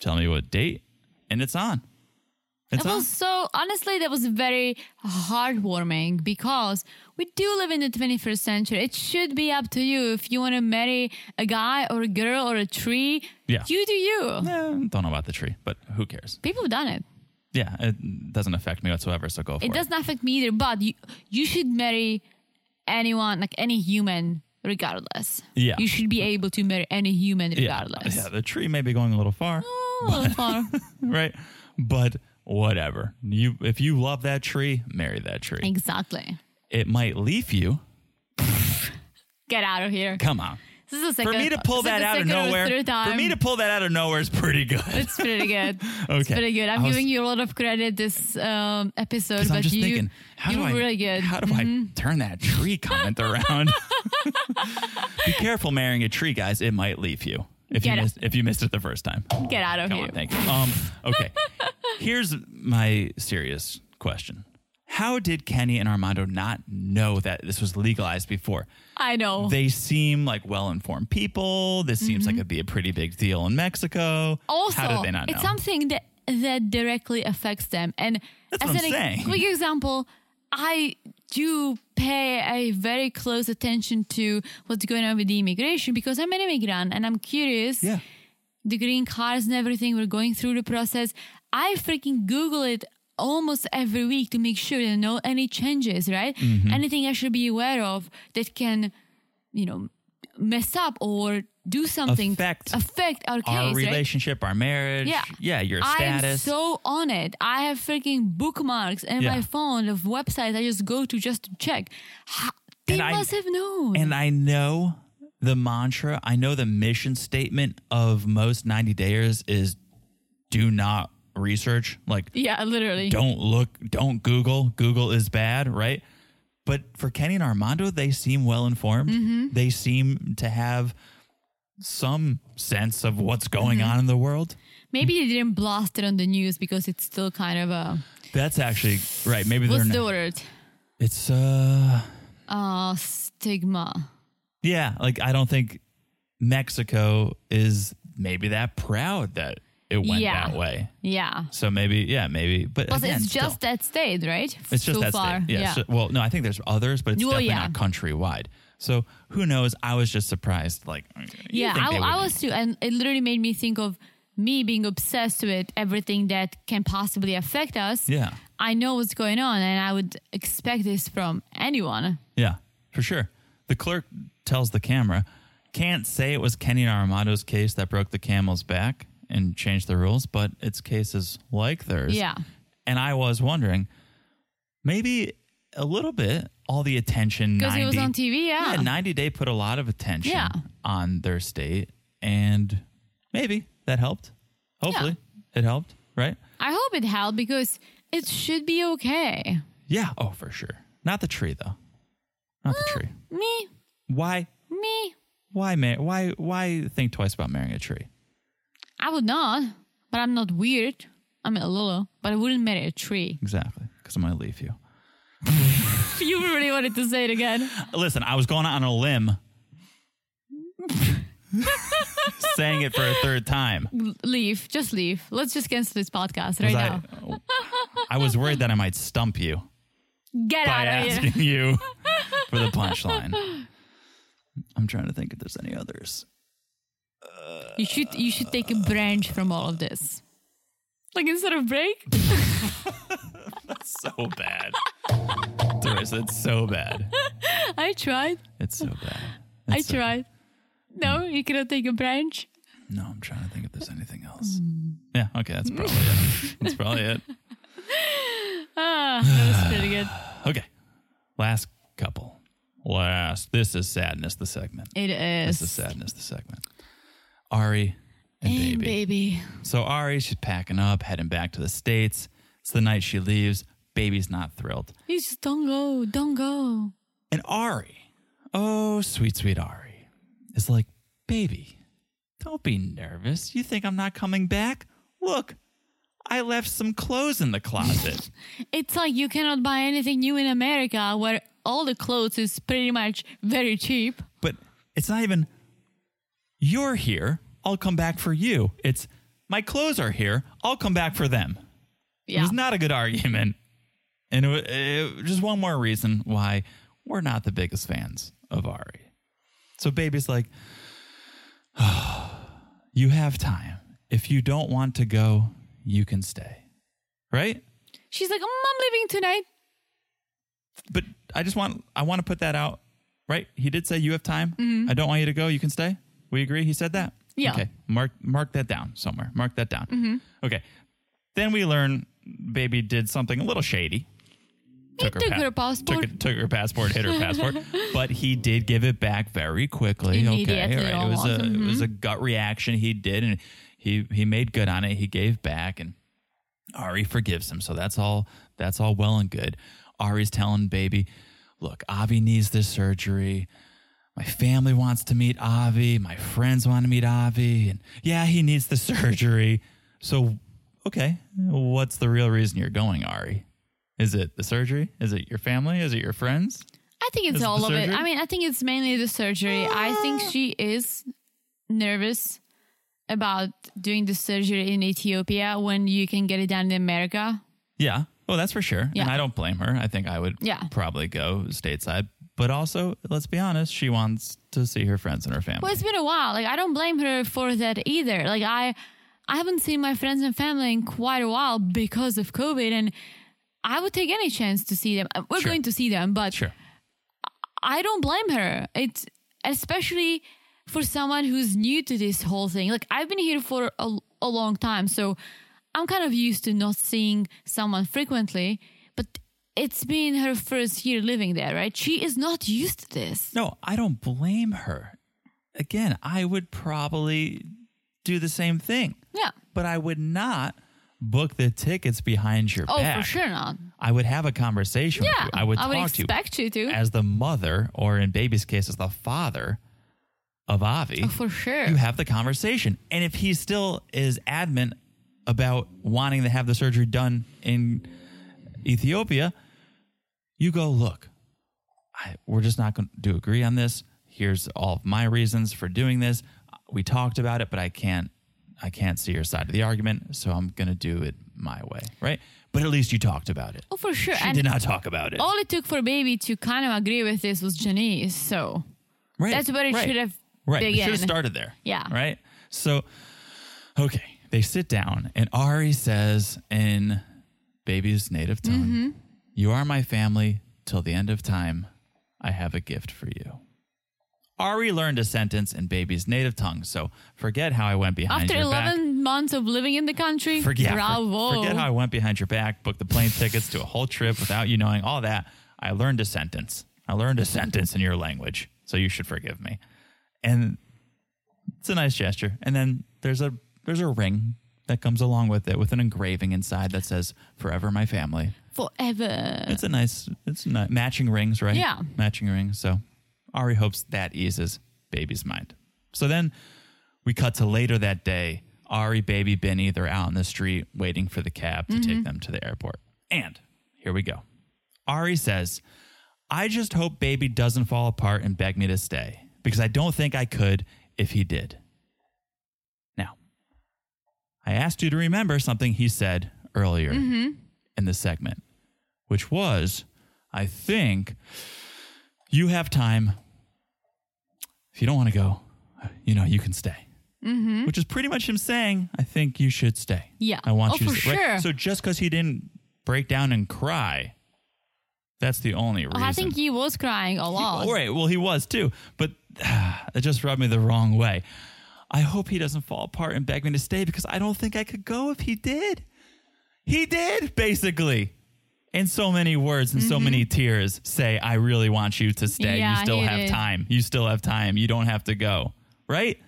A: Tell me what date. And it's on. It's
B: That
A: on.
B: was so honestly that was very heartwarming because we do live in the 21st century. It should be up to you if you want to marry a guy or a girl or a tree.
A: Yeah.
B: You do you.
A: Eh, don't know about the tree, but who cares?
B: People have done it.
A: Yeah, it doesn't affect me whatsoever. So go for it.
B: it doesn't affect me either but you, you should marry anyone like any human regardless
A: Yeah.
B: you should be able to marry any human
A: yeah,
B: regardless
A: yeah, the tree may be going a little far,
B: Oh,
A: (laughs)
B: or-
A: right? But whatever. You, if you love that tree, marry that tree.
B: exactly
A: It might leaf you.
B: get out of here
A: Come on.
B: this is the
A: For
B: second,
A: me to pull
B: this
A: that
B: is the
A: out of
B: second or
A: nowhere,
B: third time.
A: for me to pull that out of nowhere is pretty good.
B: (laughs) it's
A: (laughs)
B: pretty good it's
A: Okay.
B: pretty good i'm
A: I was-
B: giving you a lot of credit this um, episode
A: 'Cause
B: but
A: I'm just
B: you
A: thinking, how
B: you
A: do
B: were
A: I
B: really good Mm-hmm.
A: How do I turn that tree comment
B: (laughs)
A: around? Be careful marrying a tree, guys. It might leave you if
B: Get
A: you
B: it.
A: missed, if you missed it the first time.
B: get out of
A: Come
B: here
A: on, thank you. Um,
B: (laughs)
A: okay, here's my serious question: How did Kenny and Armando not know that this was legalized before?
B: i know
A: They seem like well-informed people. This seems like it'd be a pretty big deal in Mexico.
B: Mm-hmm. also
A: how did they not know?
B: it's something that that directly affects them and
A: That's
B: as
A: what
B: an
A: I'm saying.
B: quick example i do pay a very close attention to what's going on with the immigration because i'm an immigrant and i'm curious
A: yeah,
B: the green cards and everything we're going through the process i freaking google it almost every week to make sure there are no any changes right
A: Mm-hmm.
B: anything i should be aware of that can you know mess up or do something
A: Affect
B: affect our case
A: our
B: right?
A: relationship, our marriage.
B: Yeah.
A: yeah, your
B: I am
A: status.
B: so on it. I have freaking bookmarks in
A: Yeah.
B: my phone of websites I just go to just to check. Ha- They
A: And I-
B: must have known.
A: And I know the mantra, I know the mission statement of most 90 dayers is do not research. Like,
B: yeah, literally.
A: (laughs) don't look, don't Google. Google is bad, right? But for Kenny and Armando, they seem well informed.
B: Mm-hmm.
A: They seem to have some sense of what's going
B: Mm-hmm.
A: on in the world.
B: Maybe they didn't blast it on the news because it's still kind of a
A: That's actually right. Maybe they're
B: what's the
A: not.
B: word?
A: It's uh
B: Uh, stigma.
A: Yeah, like I don't think Mexico is maybe that proud that it went
B: Yeah.
A: that way.
B: Yeah.
A: So maybe, yeah, maybe, but
B: Plus,
A: again,
B: it's
A: still,
B: just that state, right?
A: it's just
B: so
A: that
B: far.
A: state. Yeah.
B: yeah.
A: so- well, no, I think there's others, but it's
B: Well,
A: definitely
B: yeah.
A: not countrywide. So who knows? I was just surprised. Like, you
B: yeah,
A: think they
B: I, I
A: would-
B: was too, and it literally made me think of me being obsessed with everything that can possibly affect us.
A: Yeah.
B: I know what's going on, and I would expect this from anyone.
A: Yeah, for sure. The clerk tells the camera, can't say it was Kenny and Armando's case that broke the camel's back and changed the rules, but it's cases like theirs.
B: Yeah.
A: And I was wondering, maybe a little bit, all the attention.
B: Because it was
A: 90
B: on TV, yeah.
A: Yeah, 90 Day put a lot of attention
B: Yeah.
A: on their state, and maybe that helped. Hopefully it helped, right?
B: I hope it helped because it should be okay.
A: Yeah. Oh, for sure. Not the tree, though. Not the tree.
B: Me,
A: Why
B: me,
A: why mar- why why think twice about marrying a tree?
B: I would not, but I'm not weird. I'm a Lolo, but I wouldn't marry a tree. (laughs)
A: Exactly, because I'm gonna leave you.
B: you really wanted to say it again.
A: Listen, I was going on a limb, (laughs) saying it for a third time.
B: Leave, just leave. Let's just cancel this podcast
A: 'cause
B: right now.
A: I, I was worried that I might stump you
B: Get
A: by
B: out of here.
A: asking you for the punchline. I'm trying to think if there's any others.
B: You should you should take a branch from all of this. Like instead of break, (laughs)
A: So bad, Teresa. It's so bad.
B: I tried.
A: It's so bad.
B: I
A: It's so-
B: tried. No, you cannot take a (sighs) branch.
A: No, I'm trying to think if there's anything else.
B: Mm.
A: Yeah, okay, that's probably it. That's probably it.
B: Ah, that was pretty good.
A: Okay, last couple. Last. This is sadness. The segment.
B: It
A: This is
B: is.
A: sadness. The segment. Ari and
B: Hey,
A: baby.
B: baby.
A: So Ari, she's packing up, heading back to the states. It's the night she leaves. Baby's not thrilled.
B: You just don't go. Don't go.
A: And Ari, oh sweet sweet Ari, is like, baby, don't be nervous. You think I'm not coming back? Look, I left some clothes in the closet.
B: It's like you cannot buy anything new in America where all the clothes is pretty much very cheap.
A: But it's not even you're here, I'll come back for you. It's my clothes are here, I'll come back for them. It
B: Yeah.
A: was not a good argument. And it, wa- it, just one more reason why we're not the biggest fans of Ari. So baby's like, you have time. If you don't want to go, you can stay. right?
B: She's like, "Mm, I'm leaving tonight.
A: But I just want I want to put that out, right? He did say you have time. I don't want you to go. You can stay. We agree. He said that.
B: Mm-hmm. Yeah. Mm-hmm.
A: Okay. Mark mark that down somewhere. Mark that down. Okay. Then we learn baby did something a little shady.
B: took her
A: Took,
B: passport.
A: it- took her passport. Hit her
B: (laughs)
A: passport. But he did give it back very quickly.
B: Immediately,
A: okay. It was a
B: almost.
A: it was a gut reaction he did, and he he made good on it. He gave back, and Ari forgives him. So that's all. That's all well and good. Ari's telling baby, "Look, Avi needs this surgery. My family wants to meet Avi. My friends want to meet Avi, and yeah, he needs the (laughs) surgery. So, okay, what's the real reason you're going, Ari? Is it the surgery? Is it your family? Is it your friends?
B: I think it's
A: Is it the
B: all of it.
A: surgery?
B: I mean, I think it's mainly the surgery. I think she is nervous about doing the surgery in Ethiopia when you can get it done in America.
A: Yeah. Well, that's for sure.
B: Yeah.
A: And I don't blame her. I think I would
B: Yeah.
A: probably go stateside. But also, let's be honest, she wants to see her friends and her family.
B: Well, it's been a while. Like I don't blame her for that either. Like I I haven't seen my friends and family in quite a while because of COVID and I would take any chance to see them. Uh, We're
A: Sure.
B: going to see them, but
A: sure.
B: I don't blame her. It's especially for someone who's new to this whole thing. Like I've been here for a, a long time, so I'm kind of used to not seeing someone frequently, but it's been her first year living there, right? She is not used to this.
A: No, I don't blame her. Again, I would probably do the same thing,
B: Yeah.
A: but I would not book the tickets behind your
B: Oh,
A: back.
B: for sure not.
A: I would have a conversation with
B: Yeah.
A: you. I would
B: I
A: talk
B: would
A: to you.
B: expect you to.
A: as the mother, or in baby's case, as the father of Avi,
B: Oh, for sure.
A: you have the conversation. And if he still is adamant about wanting to have the surgery done in Ethiopia, you go, look, I, we're just not going to agree on this. Here's all of my reasons for doing this. We talked about it, but I can't. I can't see your side of the argument, so I'm going to do it my way, right? But at least you talked about it.
B: oh, for sure.
A: She
B: and Oh,
A: did not talk about it.
B: all it took for baby to kind of agree with this was Janice. So
A: Right.
B: that's what it
A: right.
B: should have
A: Right. It
B: begun.
A: should have started there.
B: Yeah.
A: Right. So, okay. They sit down, and Ari says in baby's native tongue,
B: Mm-hmm.
A: You are my family till the end of time. I have a gift for you. Ari learned a sentence in baby's native tongue. So forget how I went behind
B: After
A: your back.
B: 11 months of living in the country,
A: Forget,
B: bravo.
A: forget how I went behind your back, booked the plane tickets to a whole trip without you knowing all that. I learned a sentence. I learned a sentence in your language, so you should forgive me. And it's a nice gesture. And then there's a there's a ring that comes along with it with an engraving inside that says "Forever my family."
B: Forever.
A: It's a nice it's a ni- matching rings, right?
B: Yeah.
A: Matching rings. So Ari hopes that eases baby's mind. So then we cut to later that day. Ari, baby, Benny, they're out in the street waiting for the cab to take them to the airport. And here we go. Ari says, I just hope baby doesn't fall apart and beg me to stay because I don't think I could if he did. Now, I asked you to remember something he said earlier
B: Mm-hmm.
A: in the segment, which was, I think you have time. If you don't want to go, you know, you can stay. Which is pretty much him saying, I think you should stay.
B: Mm-hmm. Yeah.
A: I want
B: Oh,
A: you to
B: for
A: stay. Right?
B: sure.
A: So just because he didn't break down and cry, that's the only reason.
B: Oh, I think he was crying a lot.
A: All right. Well, he was too, but (sighs) it just rubbed me the wrong way. I hope he doesn't fall apart and beg me to stay because I don't think I could go if he did. He did, basically. In so many words and so many tears, say, I really want you to stay.
B: Mm-hmm. Yeah,
A: you still
B: he
A: have
B: did.
A: time. You still have time. You don't have to go. Right?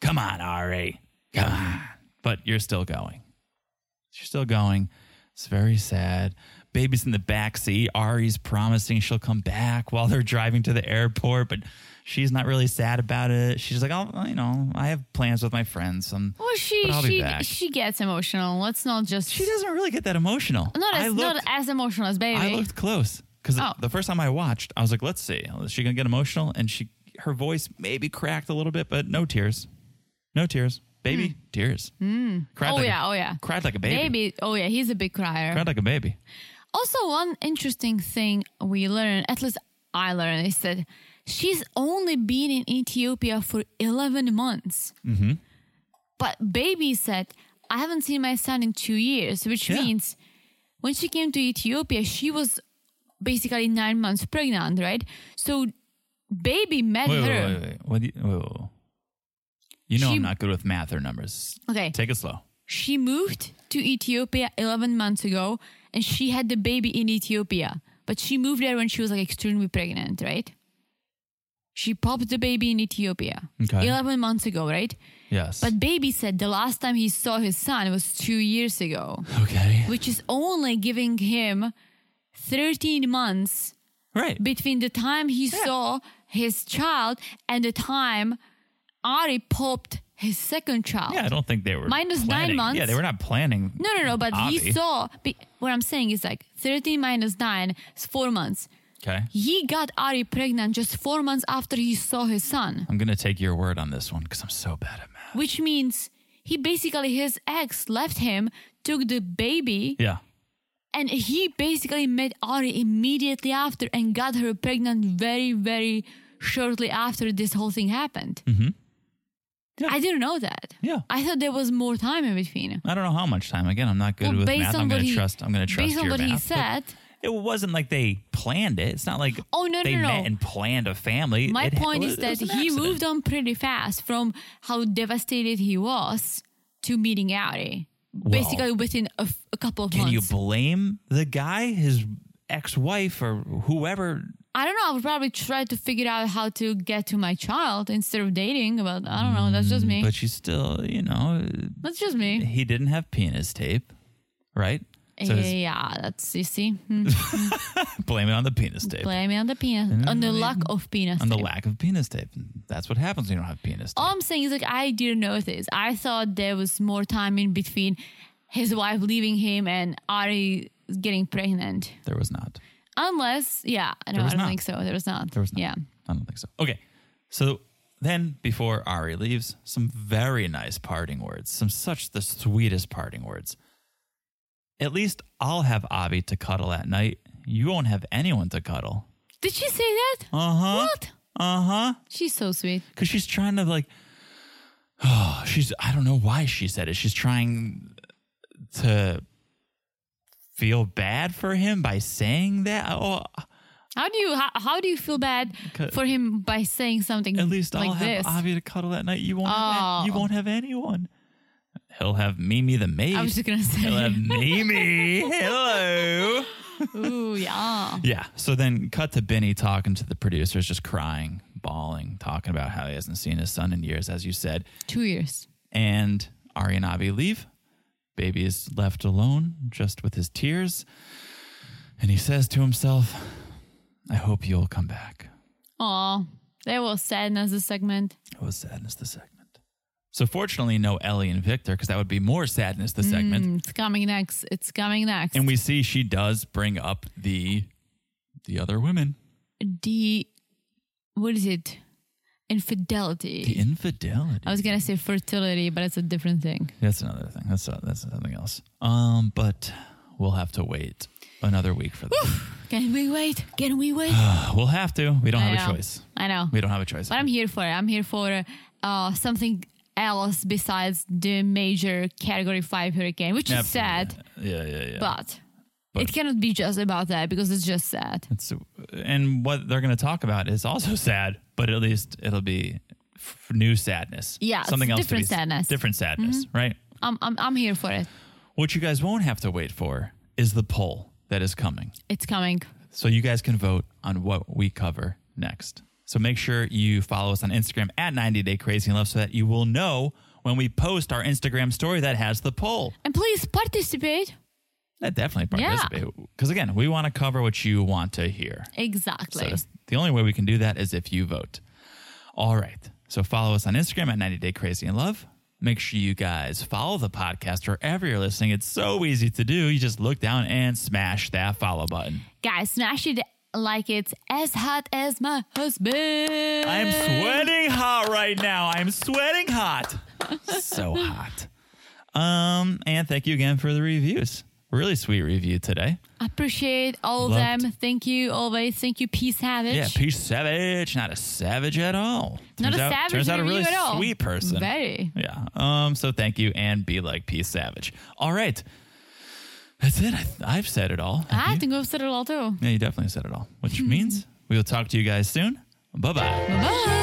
A: Come on, Ari. Come on. But you're still going. She's still going. It's very sad. Baby's in the back seat. Ari's promising she'll come back while they're driving to the airport, but she's not really sad about it. She's like, "Oh, you know, I have plans with my friends." Um,
B: Well, she
A: But I'll be
B: she
A: back.
B: she gets emotional. Let's not just
A: she doesn't really get that emotional.
B: not
A: I
B: as
A: looked,
B: not as emotional as baby.
A: I looked close because
B: Oh.
A: the first time I watched, I was like, "Let's see, is she gonna get emotional?" And she, her voice maybe cracked a little bit, but no tears, no tears. Baby tears. Mm. Cried
B: Hmm. oh
A: like
B: yeah,
A: a,
B: oh yeah.
A: cried like a baby.
B: Baby, oh yeah, he's a big crier.
A: Cried like a baby.
B: Also, one interesting thing we learned, at least I learned, is that she's only been in Ethiopia for 11 months. Mm-hmm. But baby said, I haven't seen my son in two years, which
A: Yeah.
B: means when she came to Ethiopia, she was basically nine months pregnant, right? So baby met
A: Wait,
B: her.
A: wait, wait, wait, wait. What do you, wait, wait, wait. You know
B: She-
A: I'm not good with math or numbers.
B: Okay.
A: Take it slow.
B: She moved to Ethiopia 11 months ago and she had the baby in Ethiopia. But she moved there when she was like extremely pregnant, right? She popped the baby in Ethiopia
A: Okay.
B: 11 months ago, right?
A: Yes.
B: But baby said the last time he saw his son was two years ago,
A: (laughs) okay.
B: which is only giving him 13 months
A: Right.
B: between the time he saw his child and the time Ari popped his second child.
A: Yeah, I don't think they were.
B: Minus nine
A: planning.
B: months.
A: Yeah, they were not planning.
B: No, no, no. But he
A: Avi.
B: saw. But what I'm saying is like 13 minus 9 is four months.
A: Okay.
B: He got Ari pregnant just four months after he saw his son,
A: I'm going to take your word on this one because I'm so bad at math.
B: which means he basically, his ex left him, took the baby,
A: Yeah.
B: and he basically met Ari immediately after and got her pregnant very, very shortly after this whole thing happened. Mm-hmm.
A: Yeah.
B: I didn't know that.
A: Yeah.
B: I thought there was more time in between.
A: I don't know how much time. Again, I'm not good with math. I'm going to trust. I'm going to trust
B: based on
A: your
B: what
A: math.
B: he
A: but
B: said.
A: it wasn't like they planned it. It's not like
B: Oh, no,
A: they
B: no, no.
A: met and planned a family.
B: My
A: It-
B: point
A: it
B: is
A: was- it
B: that
A: was an
B: he
A: accident.
B: moved on pretty fast from how devastated he was to meeting Ari. Basically, within a, f- a couple of
A: Can
B: months.
A: you blame the guy, his ex-wife, or whoever?
B: I don't know. I would probably try to figure out how to get to my child instead of dating. But I don't know. That's just me.
A: Mm, But she's still, you know,
B: That's just me.
A: he didn't have penis tape, right? So just
B: yeah, that's you see. Hmm.
A: blame it on the penis tape,
B: Blame it on the penis, on the lack of penis.
A: Mm, on the
B: tape. Oh.
A: lack of penis tape. That's what happens when you don't have penis tape.
B: All I'm saying is like I didn't notice. I thought there was more time in between his wife leaving him and Ari getting pregnant.
A: There was not.
B: Unless, yeah, no,
A: was
B: I don't
A: not.
B: think so. There was not.
A: There was not.
B: Yeah.
A: I don't think so. Okay. So then before Ari leaves, some very nice parting words, some such the sweetest parting words. At least I'll have Avi to cuddle at night. You won't have anyone to cuddle.
B: Did she say that?
A: Uh huh.
B: What?
A: Uh huh.
B: She's so sweet.
A: Because she's trying to like, (sighs) oh, she's I don't know why she said it. She's trying to feel bad for him by saying that. Oh,
B: How do you how, how do you feel bad
A: Okay.
B: for him by saying something
A: At least
B: like
A: I'll
B: this?
A: have Avi to cuddle that night. You won't. Have,
B: Oh.
A: you won't have anyone. He'll have Mimi the maid.
B: I was just gonna
A: He'll have
B: say, (laughs)
A: Mimi. Hello.
B: ooh, yeah.
A: Yeah. So then, cut to Benny talking to the producers, just crying, bawling, talking about how he hasn't seen his son in years, as you said.
B: Two years.
A: And Ari and Avi leave. Baby is left alone, just with his tears. And he says to himself, "I hope you'll come back."
B: Aw, that was sadness. The segment.
A: It was sadness the segment. So fortunately, no Ellie and Victor because that would be more sadness the segment.
B: Mm, It's coming next. It's coming next.
A: And we see she does bring up the the other women,
B: the what is it? Infidelity.
A: the infidelity.
B: I was gonna say fertility, but it's a different thing.
A: that's another thing. That's that's something else. Um, but we'll have to wait another week for that.
B: Can we wait? Can
A: (sighs)
B: we wait?
A: we'll have to. We don't
B: I
A: have a
B: know.
A: choice.
B: I know.
A: We don't have a choice.
B: But I'm here for it. I'm here for uh, something else besides the major Category 5 hurricane, which is sad,
A: Yeah, yeah, yeah.
B: but,
A: But-
B: it cannot be just about that because it's
A: (laughs)
B: just sad.
A: It's, and what they're going to talk about is also (laughs) sad, but at least it'll be f- new sadness.
B: Yeah, it's
A: something else. to
B: different
A: be-
B: sadness. Mm-hmm.
A: Different sadness, right?
B: I'm, I'm, I'm here for it.
A: What you guys won't have to wait for is the poll that is coming.
B: It's coming.
A: So you guys can vote on what we cover next. So make sure you follow us on Instagram at 90 Day Crazy in Love so that you will know when we post our Instagram story that has the poll.
B: And please participate.
A: That definitely
B: Yeah.
A: participate. Because again, we want to cover what you want to hear. So
B: Exactly.
A: that's- the only way we can do that is if you vote. All right. So follow us on Instagram at 90 Day Crazy in Love. Make sure you guys follow the podcast wherever you're listening. It's so easy to do. You just look down and smash that follow button.
B: Guys, smash it like it's as hot as my husband.
A: I'm sweating hot right now. I'm sweating
B: (laughs)
A: hot. So hot. Um, and thank you again for the reviews. Really sweet review today.
B: Appreciate all of
A: Loved.
B: them. Thank you always. Thank you, Peace Savage.
A: Yeah, Peach Savage, not a savage at all.
B: Not a
A: Turns out-
B: savage
A: Turns out a
B: review
A: really
B: at all.
A: sweet person.
B: Very.
A: Yeah. Um. So thank you, and be like Peace Savage. All right. That's it. I, I've said it all. Have
B: I
A: you?
B: think we've said it all too.
A: yeah, you definitely said it all, which means we will talk to you guys soon. Bye bye.
B: Bye bye.